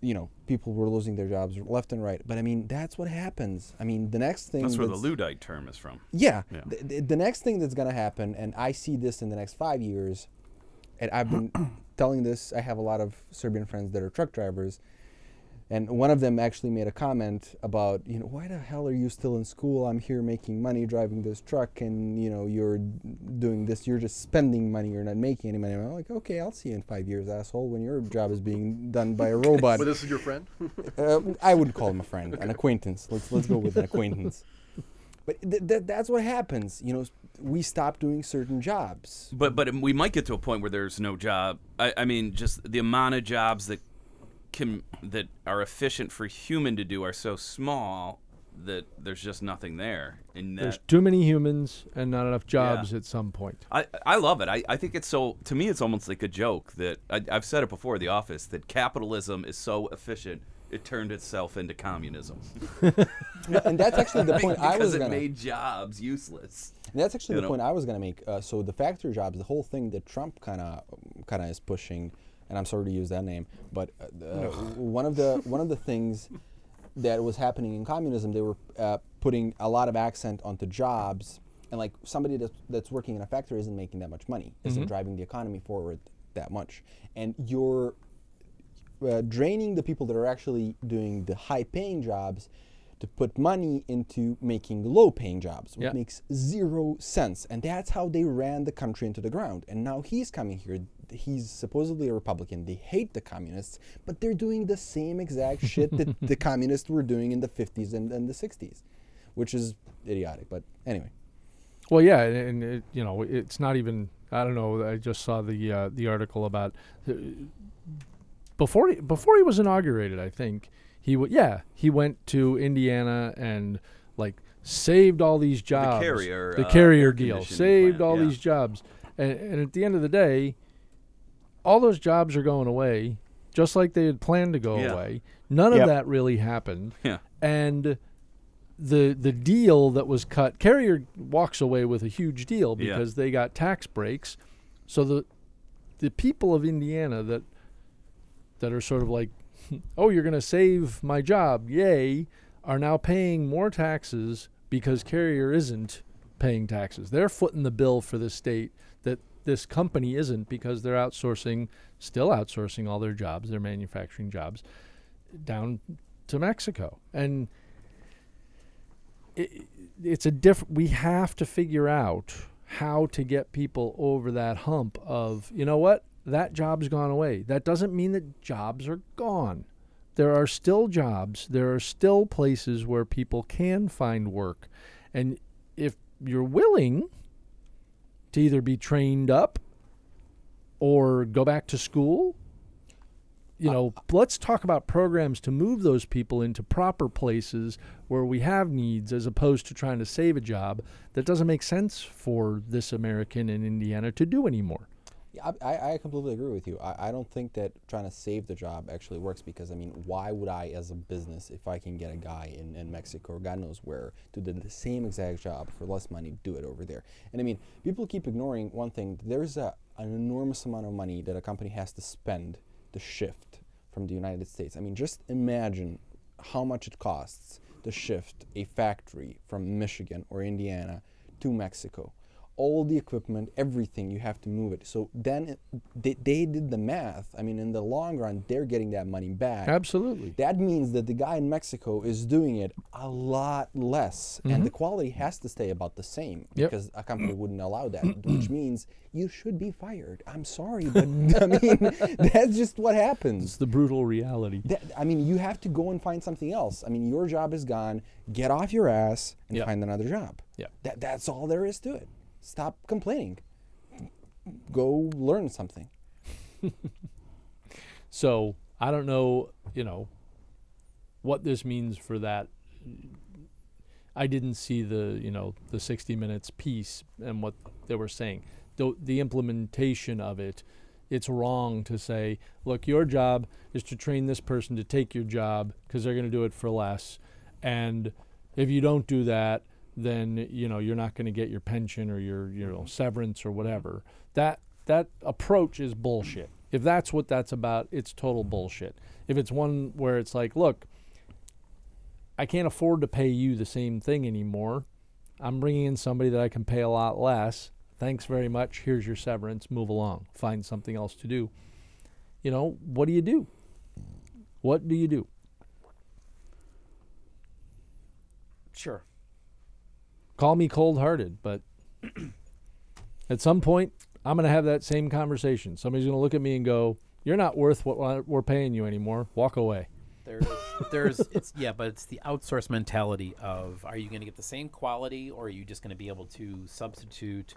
Speaker 6: You know, people were losing their jobs left and right. But I mean, that's what happens. I mean, the next thing
Speaker 8: That's where the
Speaker 6: that's-
Speaker 8: Luddite term is from.
Speaker 6: yeah. th- th- the next thing that's going to happen, and I see this in the next five years, and I've been telling this, I have a lot of Serbian friends that are truck drivers. And one of them actually made a comment about, you know, why the hell are you still in school? I'm here making money driving this truck, and, you know, you're doing this. You're just spending money. You're not making any money. I'm like, okay, I'll see you in five years, asshole, when your job is being done by a robot.
Speaker 4: But this is your friend.
Speaker 6: Uh, I wouldn't call him a friend, an acquaintance. Let's let's go with an acquaintance. But th- th- that's what happens. You know, s- we stop doing certain jobs.
Speaker 8: But but we might get to a point where there's no job. I, I mean, just the amount of jobs that can that are efficient for human to do are so small that there's just nothing there. And
Speaker 7: There's
Speaker 8: that,
Speaker 7: too many humans and not enough jobs at some point.
Speaker 8: I I love it. I, I think it's so to me it's almost like a joke that I, I've said it before. The Office that capitalism is so efficient it turned itself into communism
Speaker 6: And that's actually the point I was
Speaker 8: because it
Speaker 6: gonna.
Speaker 8: made jobs useless.
Speaker 6: and that's actually
Speaker 8: you
Speaker 6: the
Speaker 8: know.
Speaker 6: point I was gonna make. Uh, so the factory jobs, the whole thing that Trump kind of kind of is pushing, and I'm sorry to use that name, but uh, the- one of the one of the things that was happening in communism, they were uh, putting a lot of accent onto jobs, and like somebody that's, that's working in a factory isn't making that much money, isn't
Speaker 8: Mm-hmm.
Speaker 6: driving the economy forward that much, and you're uh, draining the people that are actually doing the high-paying jobs to put money into making low-paying jobs, which
Speaker 7: Yeah.
Speaker 6: makes zero sense. And that's how they ran the country into the ground. And now he's coming here. He's supposedly a Republican. They hate the communists, but they're doing the same exact shit that the communists were doing in the 50s and, and the 60s, which is idiotic. But anyway,
Speaker 7: Well, yeah, and, and it, you know, it's not even. I don't know. I just saw the uh, the article about uh, before he, before he was inaugurated. I think he w- yeah he went to Indiana and like saved all these jobs.
Speaker 8: carrier,
Speaker 7: the
Speaker 8: uh,
Speaker 7: carrier
Speaker 8: air
Speaker 7: deal
Speaker 8: conditioning
Speaker 7: saved
Speaker 8: plant,
Speaker 7: all
Speaker 8: yeah.
Speaker 7: these jobs, and, and at the end of the day, all those jobs are going away, just like they had planned to go
Speaker 8: Yeah.
Speaker 7: away. None of
Speaker 3: Yep.
Speaker 7: that really happened.
Speaker 8: Yeah.
Speaker 7: and the the deal that was cut carrier walks away with a huge deal
Speaker 8: Yeah.
Speaker 7: because they got tax breaks so the the people of indiana that that are sort of like oh you're going to save my job yay are now paying more taxes because carrier isn't paying taxes they're footing the bill for the state that this company isn't because they're outsourcing still outsourcing all their jobs their manufacturing jobs down to mexico and it's a diff we have to figure out how to get people over that hump of you know what that job's gone away that doesn't mean that jobs are gone there are still jobs there are still places where people can find work and if you're willing to either be trained up or go back to school you know, let's talk about programs to move those people into proper places where we have needs as opposed to trying to save a job that doesn't make sense for this American in Indiana to do anymore.
Speaker 6: Yeah, I- I, I completely agree with you. I, I don't think that trying to save the job actually works because, I mean, why would I, as a business, if I can get a guy in, in Mexico or God knows where to do the same exact job for less money, do it over there? And I mean, people keep ignoring one thing there's a, an enormous amount of money that a company has to spend to shift from the United States. I mean, just imagine how much it costs to shift a factory from Michigan or Indiana to Mexico all the equipment, everything, you have to move it. So then it- they, they did the math. I mean, in the long run, they're getting that money back.
Speaker 7: Absolutely.
Speaker 6: That means that the guy in Mexico is doing it a lot less, and the quality has to stay about the same
Speaker 7: Yep.
Speaker 6: because a company wouldn't allow that, which means you should be fired. I'm sorry, but I mean, that's just what happens.
Speaker 7: It's the brutal reality.
Speaker 6: That, I mean, you have to go and find something else. I mean, your job is gone. Get off your ass and
Speaker 7: Yeah.
Speaker 6: find another job.
Speaker 7: Yeah.
Speaker 6: That, that's all there is to it. Stop complaining. Go learn something.
Speaker 7: So I don't know, you know, what this means for that. I didn't see the, you know, the 60 minutes piece and what they were saying. The, the implementation of it, it's wrong to say, look, your job is to train this person to take your job because they're going to do it for less. And If you don't do that, then you know you're not going to get your pension or your you know severance or whatever. That that approach is bullshit. If that's what that's about, it's total bullshit. If it's one where it's like, look, I can't afford to pay you the same thing anymore. I'm bringing in somebody that I can pay a lot less. Thanks very much. Here's your severance. Move along. Find something else to do. You know, what do you do? What do you do?
Speaker 2: Sure.
Speaker 7: Call me cold hearted, but at some point, I'm going to have that same conversation. Somebody's going to look at me and go, You're not worth what wa- we're paying you anymore. Walk away.
Speaker 2: There's, there's, it's yeah, but it's the outsource mentality of: Are you going to get the same quality, or are you just going to be able to substitute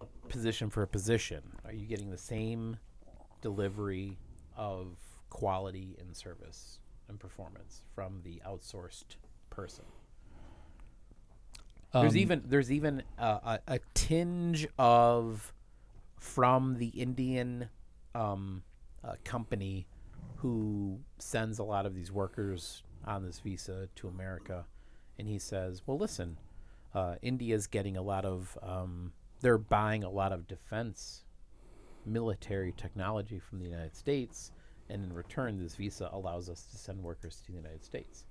Speaker 2: a position for a position? Are you getting the same delivery of quality and service and performance from the outsourced person? there's even there's even uh, a, a tinge of from the Indian um, uh, company who sends a lot of these workers on this visa to America, and he says, "Well, listen, uh, India's getting a lot of um, they're buying a lot of defense military technology from the United States." And in return, this visa allows us to send workers to the United States.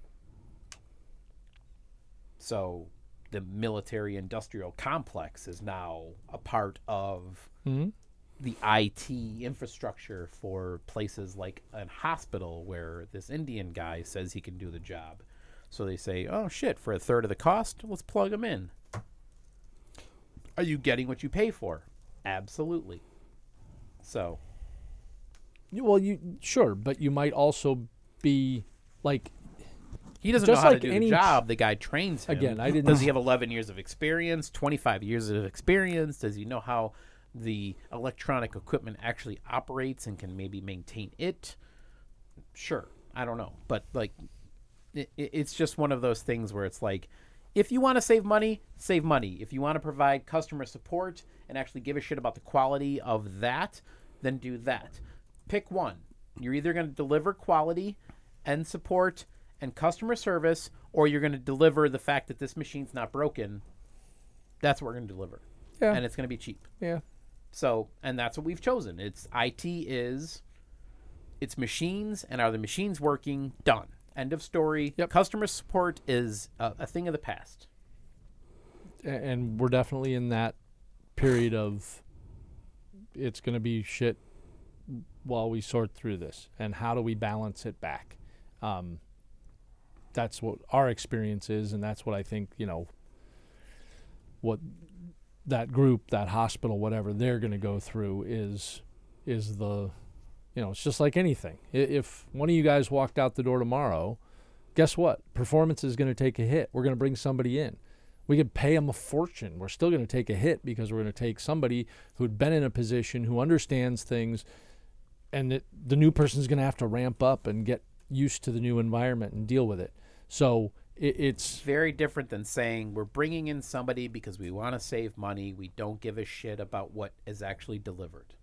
Speaker 2: So the military industrial complex is now a part of the IT infrastructure for places like a hospital where this Indian guy says he can do the job. So they say, oh shit, for a third of the cost, let's plug him in. Are you getting what you pay for? Absolutely. So,
Speaker 7: You- Well, you sure, but you might also be like
Speaker 2: He doesn't
Speaker 7: Just
Speaker 2: know how
Speaker 7: like
Speaker 2: to do
Speaker 7: any-
Speaker 2: the job. The guy trains him.
Speaker 7: Again, I didn't-
Speaker 2: Does he have 11 years of experience? 25 years of experience? Does he know how the electronic equipment actually operates and can maybe maintain it? Sure, I don't know, but like, it, it's just one of those things where it's like, if you want to save money, save money. If you want to provide customer support and actually give a shit about the quality of that, then do that. Pick one. You're either going to deliver quality and support and customer service, or you're going to deliver the fact that this machine's not broken. That's what we're going to deliver.
Speaker 7: Yeah.
Speaker 2: And it's going to be cheap.
Speaker 7: yeah.
Speaker 2: So, and that's what we've chosen. It's IT is it's machines, and are the machines working? Done. End of story.
Speaker 7: Yep.
Speaker 2: Customer support is a, a thing of the past.
Speaker 7: a- and we're definitely in that period of it's going to be shit while we sort through this and how do we balance it back um, that's what our experience is and that's what i think you know what that group that hospital whatever they're going to go through is is the you know it's just like anything I- if one of you guys walked out the door tomorrow guess what performance is going to take a hit we're going to bring somebody in we could pay them a fortune. We're still going to take a hit because we're going to take somebody who'd been in a position, who understands things, and it, the new person's going to have to ramp up and get used to the new environment and deal with it. So it, it's
Speaker 2: Very different than saying we're bringing in somebody because we want to save money. We don't give a shit about what is actually delivered.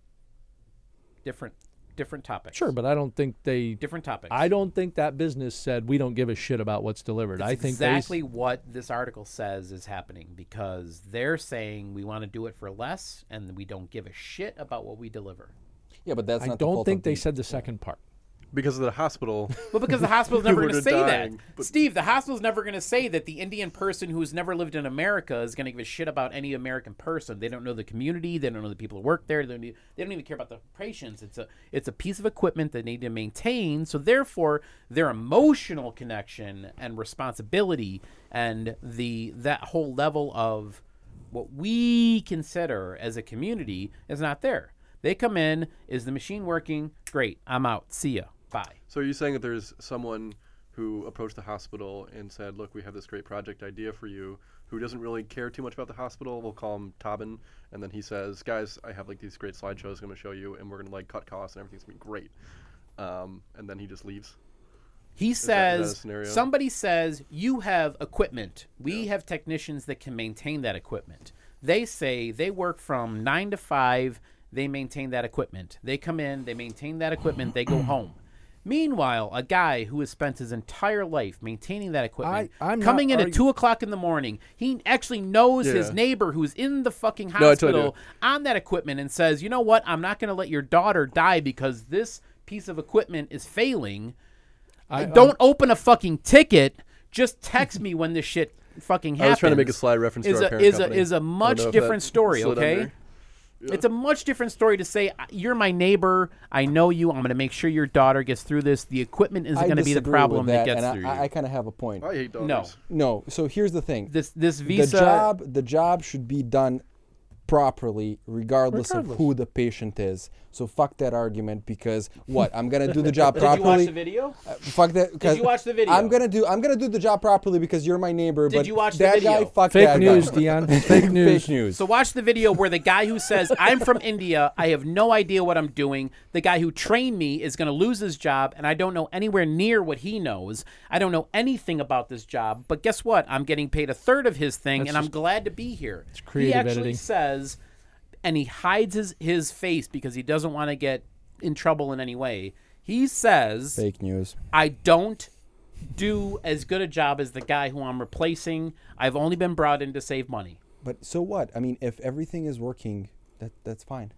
Speaker 2: Different, different topics.
Speaker 7: sure, but I don't think they.
Speaker 2: different topics.
Speaker 7: I don't think that business said we don't give a shit about what's delivered. I think they s-
Speaker 2: exactly what this article says is happening because they're saying we want to do it for less and we don't give a shit about what we deliver.
Speaker 6: Yeah, but that's
Speaker 7: I
Speaker 6: not the
Speaker 7: don't
Speaker 6: fault
Speaker 7: think
Speaker 6: of
Speaker 7: they
Speaker 6: the-
Speaker 7: said the second part.
Speaker 4: because of the hospital.
Speaker 2: Well, because the hospital's never
Speaker 4: were
Speaker 2: going to say
Speaker 4: dying,
Speaker 2: that. Steve, the hospital's never going to say that the Indian person who's never lived in America is going to give a shit about any American person. They don't know the community. They don't know the people who work there. They don't, e- they don't even care about the patients. It's a it's a piece of equipment that they need to maintain. So therefore, their emotional connection and responsibility and the that whole level of what we consider as a community is not there. They come in. Is the machine working? Great. I'm out. See ya. Bye.
Speaker 4: So are you saying that there's someone who approached the hospital and said, "Look, we have this great project idea for you." Who doesn't really care too much about the hospital? We'll call him Tobin, and then he says, "Guys, I have like these great slideshows I'm going to show you, and we're going to like cut costs and everything's going to be great." Um, and then he just leaves.
Speaker 2: He
Speaker 4: that- is that a
Speaker 2: says
Speaker 4: scenario?
Speaker 2: somebody says you have equipment. We have technicians that can maintain that equipment. They say they work from 9 to 5, they maintain that equipment. They come in, they maintain that equipment, they go home. Meanwhile, a guy who has spent his entire life maintaining that equipment,
Speaker 7: I- I'm not
Speaker 2: coming in at
Speaker 7: argu-
Speaker 2: two o'clock in the morning, he actually knows his
Speaker 4: Yeah.
Speaker 2: neighbor who's in the fucking
Speaker 4: I totally
Speaker 2: hospital on that equipment and says, "You know what? I'm not going to let your daughter die because this piece of equipment is failing."
Speaker 7: I
Speaker 2: Don't open a fucking ticket. Just text me when this shit fucking happens.
Speaker 4: I was trying to make a slide reference
Speaker 2: is
Speaker 4: to our
Speaker 2: a,
Speaker 4: parent
Speaker 2: is a,
Speaker 4: company.
Speaker 2: is
Speaker 4: I
Speaker 2: a
Speaker 4: don't
Speaker 2: much
Speaker 4: know if that
Speaker 2: different story,
Speaker 4: slid
Speaker 2: okay?
Speaker 4: under.
Speaker 2: It's a much different story to say "I- you're my neighbor. I know you. I'm going to make sure your daughter gets through this. The equipment isn't
Speaker 6: I
Speaker 2: going to be the
Speaker 6: disagree with
Speaker 2: problem that,
Speaker 6: and
Speaker 2: gets
Speaker 6: I-
Speaker 2: through
Speaker 6: I,
Speaker 2: you.
Speaker 6: I kind of have a point.
Speaker 4: I hate dollars.
Speaker 2: no,
Speaker 6: No, so here's the thing.
Speaker 2: this this visa.
Speaker 6: the job the job should be done properly regardless, of who the patient is so fuck that argument because what i'm gonna do the job
Speaker 2: Did you watch
Speaker 6: properly
Speaker 2: the video?
Speaker 6: Uh, fuck that 'cause
Speaker 2: you watch the video?
Speaker 6: i'm gonna do i'm gonna do the job properly because you're my neighbor but
Speaker 2: you watch the
Speaker 6: that guy
Speaker 2: video?
Speaker 6: fuck
Speaker 7: Fake
Speaker 6: that
Speaker 7: news,
Speaker 6: guy.
Speaker 7: Dion. Fake news.
Speaker 6: fake news
Speaker 2: So watch the video where the guy who says I'm from India, I have no idea what I'm doing. The guy who trained me is going to lose his job, and I don't know anywhere near what he knows. I don't know anything about this job, but guess what? I'm getting paid a third of his thing, and I'm glad to be here. he
Speaker 7: creative
Speaker 2: actually
Speaker 7: editing.
Speaker 2: says, and he hides his his face because he doesn't want to get in trouble in any way. He says,
Speaker 6: fake news
Speaker 2: I don't do as good a job as the guy who I'm replacing. I've only been brought in to save money.
Speaker 6: but so what i mean if everything is working that that's fine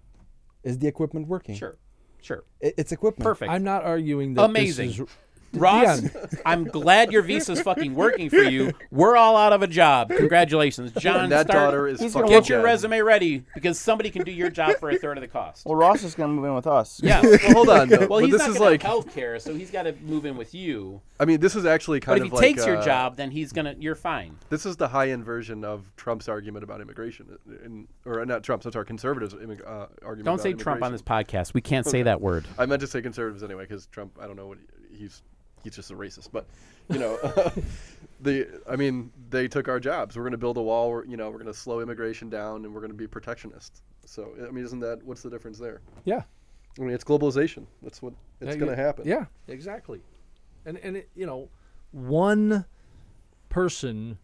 Speaker 6: is the equipment working
Speaker 2: Sure, sure,
Speaker 6: It- it's equipment
Speaker 2: perfect.
Speaker 7: I'm not arguing that.
Speaker 2: Amazing.
Speaker 7: This is,
Speaker 2: Ross, I'm glad your visa's fucking working for you. We're all out of a job. Congratulations, John.
Speaker 4: that
Speaker 2: Stark.
Speaker 4: daughter is
Speaker 3: He's
Speaker 4: fucking
Speaker 3: gonna
Speaker 2: Get your
Speaker 4: dead.
Speaker 2: resume ready because somebody can do your job for a third of the cost.
Speaker 3: Well, Ross is gonna move in with us.
Speaker 2: Yeah.
Speaker 4: Well, hold on. Though.
Speaker 2: Well,
Speaker 4: but
Speaker 2: he's
Speaker 4: this
Speaker 2: not
Speaker 4: is
Speaker 2: gonna
Speaker 4: like,
Speaker 2: have health care, so he's got to move in with you.
Speaker 4: I mean, this is actually
Speaker 2: But
Speaker 4: kind
Speaker 2: if he
Speaker 4: of like
Speaker 2: takes your
Speaker 4: uh,
Speaker 2: job, then he's gonna. You're fine.
Speaker 4: This is the high end version of Trump's argument about immigration, uh, in, or not Trump's. I'm sorry, conservatives' immig- uh, argument.
Speaker 2: Don't
Speaker 4: about
Speaker 2: say Trump on
Speaker 4: immigration.
Speaker 2: this podcast. We can't say that word.
Speaker 4: I meant to say conservatives anyway, because Trump. I don't know what he, he's. He's just a racist, but you know, the. I mean, they took our jobs. We're going to build a wall. We're, you know, we're going to slow immigration down, and we're going to be protectionist. So I mean, isn't that what's the difference there?
Speaker 7: yeah.
Speaker 4: I mean, it's globalization. That's what
Speaker 7: Yeah,
Speaker 4: it's going to
Speaker 7: you-
Speaker 4: happen.
Speaker 7: Yeah, exactly. And and it, you know, one person,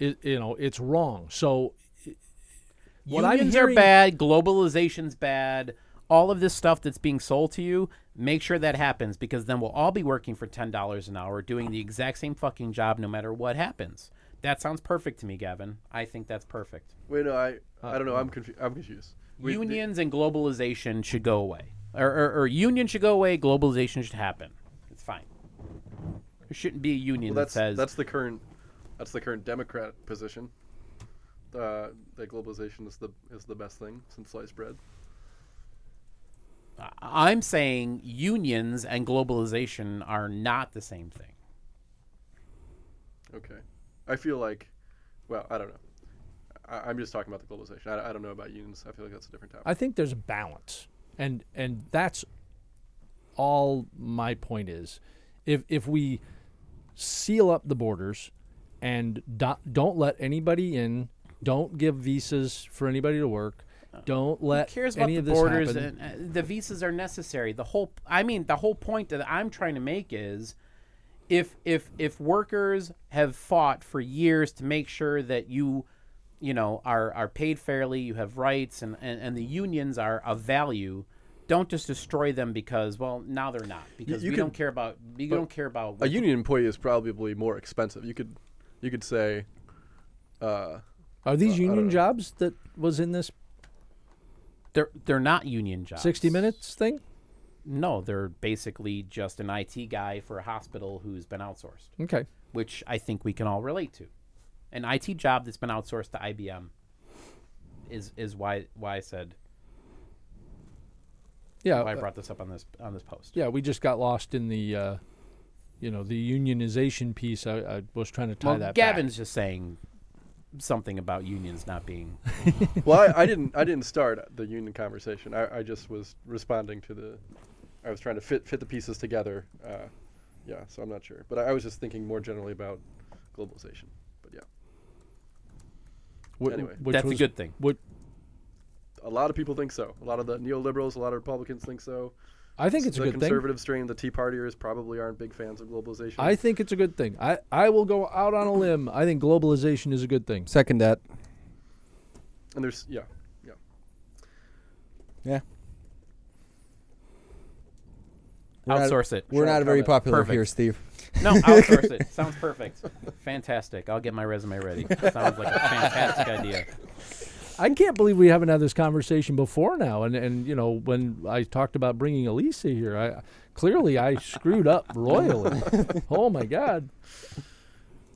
Speaker 7: i you know, it's wrong. So i- what I'm
Speaker 2: Unions
Speaker 7: hearing,
Speaker 2: are bad. Globalization's bad. All of this stuff that's being sold to you, make sure that happens because then we'll all be working for ten dollars an hour, doing the exact same fucking job, no matter what happens. That sounds perfect to me, Gavin. I think that's perfect.
Speaker 4: Wait, no,
Speaker 7: Uh,
Speaker 4: I. I
Speaker 7: mm.
Speaker 4: don't know. I'm confused. I'm confused. We-
Speaker 2: Unions and globalization should go away, or, or, or union should go away. Globalization should happen. It's fine. There shouldn't be a union
Speaker 4: Well, that's
Speaker 2: that says
Speaker 4: that's the current that's the current Democrat position. Uh, that globalization is the is the best thing since sliced bread.
Speaker 2: I'm saying unions and globalization are not the same thing.
Speaker 4: Okay, I feel like, well, I don't know. I, I'm just talking about the globalization. I, I don't know about unions. I feel like that's a different topic.
Speaker 7: I think there's a balance, and and that's all my point is. If if we seal up the borders and do, don't let anybody in, don't give visas for anybody to work, don't let
Speaker 2: Uh, cares about
Speaker 7: any
Speaker 2: the
Speaker 7: of this
Speaker 2: borders
Speaker 7: happen.
Speaker 2: and uh, the visas are necessary the whole i mean the whole point that i'm trying to make is if if if workers have fought for years to make sure that you you know are are paid fairly you have rights and and, and the unions are of value don't just destroy them because well now they're not because
Speaker 4: you
Speaker 2: we
Speaker 4: could-
Speaker 2: don't care about you don't care about
Speaker 4: a union employee is probably more expensive. You could you could say, uh,
Speaker 7: Are these union jobs that was in this
Speaker 2: they're they're not union jobs
Speaker 7: 60 minutes thing?
Speaker 2: no they're basically just an it guy for a hospital who's been outsourced
Speaker 7: Okay.
Speaker 2: which I think we can all relate to. An IT job that's been outsourced to IBM is is why why I said
Speaker 7: Yeah.
Speaker 2: why I
Speaker 7: uh,
Speaker 2: brought this up on this on this post.
Speaker 7: yeah, we just got lost in the, uh, you know, the unionization piece. I, I was trying to tie
Speaker 2: well,
Speaker 7: that. back.
Speaker 2: Gavin's just saying something about unions not being.
Speaker 4: well, I, I didn't I didn't start the union conversation. I, I just was responding to the. I was trying to fit fit the pieces together. Uh, yeah, so I'm not sure, but I, I was just thinking more generally about globalization. But yeah,
Speaker 7: Wh-
Speaker 4: anyway.
Speaker 7: which
Speaker 2: That's a
Speaker 7: was-
Speaker 2: good thing.
Speaker 7: What
Speaker 4: a lot of people think so. A lot of the neoliberals, a lot of Republicans think so.
Speaker 7: I think it's a
Speaker 4: the
Speaker 7: good thing.
Speaker 4: conservative strain, the Tea Partiers, probably aren't big fans of globalization.
Speaker 7: I think it's a good thing. I, I will go out on a limb. I think globalization is a good thing.
Speaker 6: second that
Speaker 4: and there's yeah, yeah.
Speaker 6: yeah We're not-
Speaker 2: Outsource it.
Speaker 6: We're not very popular
Speaker 2: Perfect.
Speaker 6: here, Steve.
Speaker 2: No, outsource it. Sounds perfect. Fantastic. I'll get my resume ready. Sounds like a fantastic idea.
Speaker 7: I can't believe we haven't had this conversation before now. And and you know when I talked about bringing Elisa here, I clearly I screwed up royally. oh my God.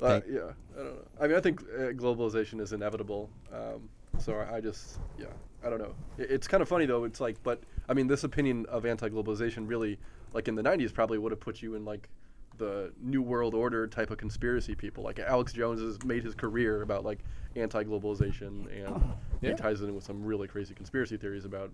Speaker 4: Uh, yeah, I don't know. I mean, I think uh, globalization is inevitable. Um, so I, I just, yeah, I don't know. It, it's kind of funny though. It's like, but I mean, this opinion of anti-globalization really, like in the '90s, probably would have put you in like the New World Order type of conspiracy people. Like Alex Jones has made his career about like anti-globalization, and he ties it in with some really crazy conspiracy theories about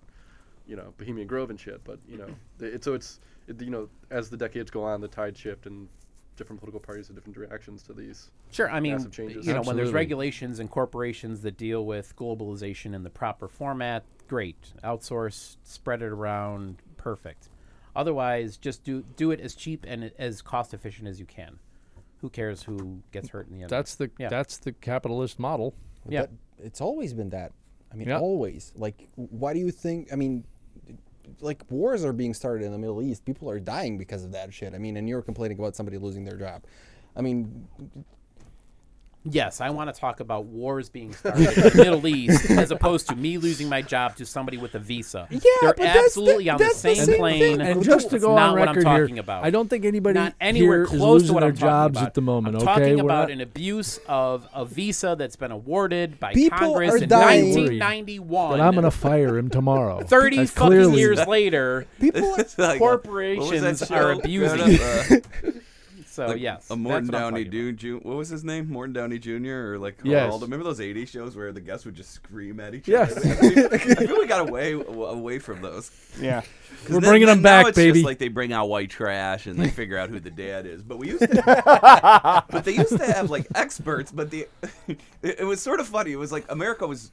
Speaker 4: you know Bohemian Grove and shit. But you know, th- it, so it's it, you know as the decades go on, the tide shift and different political parties have different directions to these.
Speaker 2: Sure. I mean, you know,
Speaker 4: Massive changes.
Speaker 2: when there's
Speaker 7: Absolutely.
Speaker 2: regulations and corporations that deal with globalization in the proper format, great. Outsource, spread it around, perfect. Otherwise, just do do it as cheap and as cost efficient as you can. Who cares who gets hurt in the end?
Speaker 7: That's the
Speaker 2: Yeah.
Speaker 7: that's the capitalist model.
Speaker 2: yeah.
Speaker 6: But it's always been that. I mean,
Speaker 7: Yeah.
Speaker 6: always. Like, why do you think? I mean, like wars are being started in the Middle East. People are dying because of that shit. I mean, and you're complaining about somebody losing their job. I mean,
Speaker 2: Yes, I want to talk about wars being started in the Middle East as opposed to me losing my job to somebody with a visa. Yeah, They're
Speaker 6: but that's the-
Speaker 2: absolutely on
Speaker 6: that's the
Speaker 2: the same
Speaker 6: same
Speaker 2: plane.
Speaker 6: thing.
Speaker 7: And
Speaker 2: It's
Speaker 7: just to go
Speaker 2: not
Speaker 7: on
Speaker 2: what
Speaker 7: record
Speaker 2: I'm talking
Speaker 7: here,
Speaker 2: about.
Speaker 7: I don't think anybody
Speaker 2: not anywhere
Speaker 7: here is
Speaker 2: close to
Speaker 7: losing
Speaker 2: what
Speaker 7: their
Speaker 2: I'm talking
Speaker 7: jobs
Speaker 2: about.
Speaker 7: at the moment.
Speaker 2: I'm
Speaker 7: okay,
Speaker 2: talking
Speaker 7: We're
Speaker 2: about
Speaker 7: not-
Speaker 2: an abuse of a visa that's been awarded by
Speaker 6: People
Speaker 2: Congress
Speaker 6: are
Speaker 2: in
Speaker 6: dying.
Speaker 2: 1991.
Speaker 7: but I'm gonna fire him tomorrow.
Speaker 2: 30
Speaker 7: I
Speaker 2: fucking
Speaker 7: clearly-
Speaker 2: years later,
Speaker 6: people are.
Speaker 5: It's like a- what was that
Speaker 2: corporations are
Speaker 5: show?
Speaker 2: abusing
Speaker 5: Growing up, uh,
Speaker 2: so
Speaker 5: like
Speaker 2: yes,
Speaker 5: a
Speaker 2: that's
Speaker 5: Morton
Speaker 2: what I'm
Speaker 5: Downey
Speaker 2: talking about.
Speaker 5: dude. Ju- what was his name? Morton Downey Jr. or like Carl
Speaker 7: Yes.
Speaker 5: Alden. Remember those '80s shows where the guests would just scream at each
Speaker 7: Yes.
Speaker 5: other? Yes. I feel we got away away from those.
Speaker 3: Yeah.
Speaker 5: 'Cause
Speaker 7: We're bringing 'em
Speaker 5: now
Speaker 7: back,
Speaker 5: it's
Speaker 7: baby.
Speaker 5: Just like they bring out white trash and they figure out who the dad is. But we used to, but they used to have like experts. But the it, it was sort of funny. It was like America was.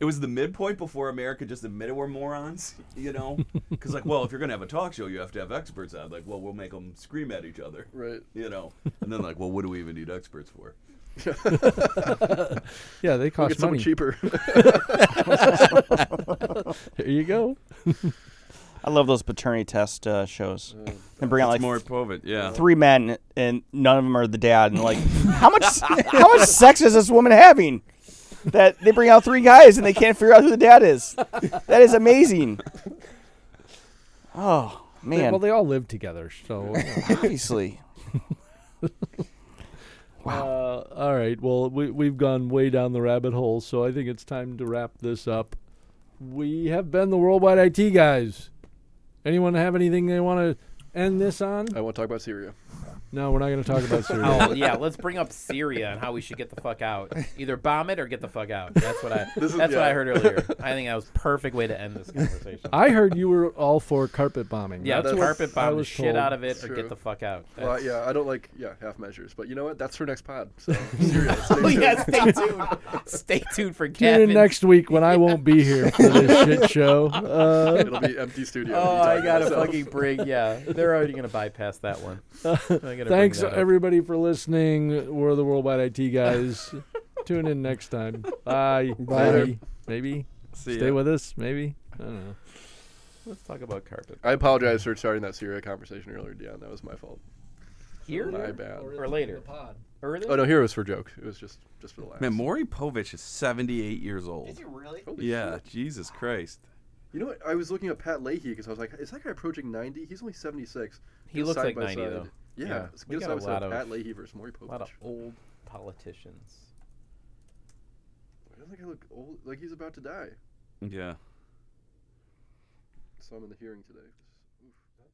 Speaker 5: It was the midpoint before America just admitted we're morons, you know? Because, like, well, if you're going to have a talk show, you have to have experts on. Like, well, we'll make them scream at each other.
Speaker 4: Right.
Speaker 5: You know? And then, like, well, what do we even need experts for?
Speaker 7: Yeah, they
Speaker 4: We'll
Speaker 7: cost
Speaker 4: get someone
Speaker 7: money.
Speaker 4: cheaper.
Speaker 7: There you go.
Speaker 3: I love those paternity test uh, shows.
Speaker 7: Mm.
Speaker 3: They bring out like
Speaker 8: more Povit, yeah.
Speaker 3: three men, and none of them are the dad. And like, how much how much sex is this woman having? That they bring out three guys and they can't figure out who the dad is. That is amazing. Oh
Speaker 7: They-
Speaker 3: man,
Speaker 7: well, they all live together, so. you know.
Speaker 3: obviously.
Speaker 7: Uh, all right. Well, we, we've gone way down the rabbit hole, so I think it's time to wrap this up. We have been the Worldwide IT guys. Anyone have anything they want to end this on?
Speaker 4: I won't talk about Syria.
Speaker 7: No, we're not going to talk about Syria.
Speaker 2: Oh yeah, let's bring up Syria and how we should get the fuck out. Either bomb it or get the fuck out. That's what I.
Speaker 4: This is-
Speaker 2: that's what
Speaker 4: yeah.
Speaker 2: I heard earlier. I think that was perfect way to end this conversation.
Speaker 7: I heard you were all for carpet bombing.
Speaker 2: yeah,
Speaker 4: that's
Speaker 2: let's
Speaker 4: what
Speaker 2: carpet
Speaker 7: I
Speaker 2: bomb the
Speaker 7: was
Speaker 2: shit
Speaker 7: told.
Speaker 2: out of it or
Speaker 4: True.
Speaker 2: get the fuck out.
Speaker 4: Well,
Speaker 2: That's-
Speaker 4: yeah, I don't like yeah half measures. But you know what? That's for next pod. So Syria. stay
Speaker 2: Oh,
Speaker 4: tuned.
Speaker 2: yeah, stay tuned. stay tuned for
Speaker 7: Tune
Speaker 2: Gavin.
Speaker 7: in next week when I won't be here for this shit show. Uh,
Speaker 4: It'll be empty studio.
Speaker 2: Oh,
Speaker 4: Me
Speaker 2: I
Speaker 4: talking
Speaker 2: gotta
Speaker 4: myself.
Speaker 2: fucking bring. Yeah, they're already gonna bypass that one. I'm gonna bring
Speaker 7: thanks,
Speaker 2: that up.
Speaker 7: everybody, for listening. We're the Worldwide IT guys. Tune in next time. Bye.
Speaker 6: Bye.
Speaker 7: Maybe. Maybe. Stay with us. Maybe. I don't know.
Speaker 2: Let's talk about carpet
Speaker 4: I apologize for starting that Syria conversation earlier, Dion. That was my fault. My
Speaker 2: here Oh,
Speaker 4: bad.
Speaker 2: or later. Early?
Speaker 4: Oh no, here it was for joke. It was just just for the laugh.
Speaker 8: Man, Maury Povich is 78 years old. Is he really? yeah, Jesus Christ.
Speaker 4: You know what? I was looking at Pat Leahy because I was like, is that guy approaching 90? He's only 76.
Speaker 2: He
Speaker 4: Get a
Speaker 2: looks
Speaker 4: side
Speaker 2: like
Speaker 4: by
Speaker 2: 90
Speaker 4: side.
Speaker 2: though.
Speaker 4: Yeah,
Speaker 2: Yeah.
Speaker 4: so
Speaker 2: We
Speaker 4: get
Speaker 2: got
Speaker 4: a side
Speaker 2: a
Speaker 4: by
Speaker 2: lot
Speaker 4: side.
Speaker 2: of-
Speaker 4: Pat Leahy versus Maury Povich.
Speaker 2: A lot of old politicians.
Speaker 4: Why doesn't that guy look old? Like he's about to die.
Speaker 8: Yeah.
Speaker 4: So I'm in the hearing today. Oof.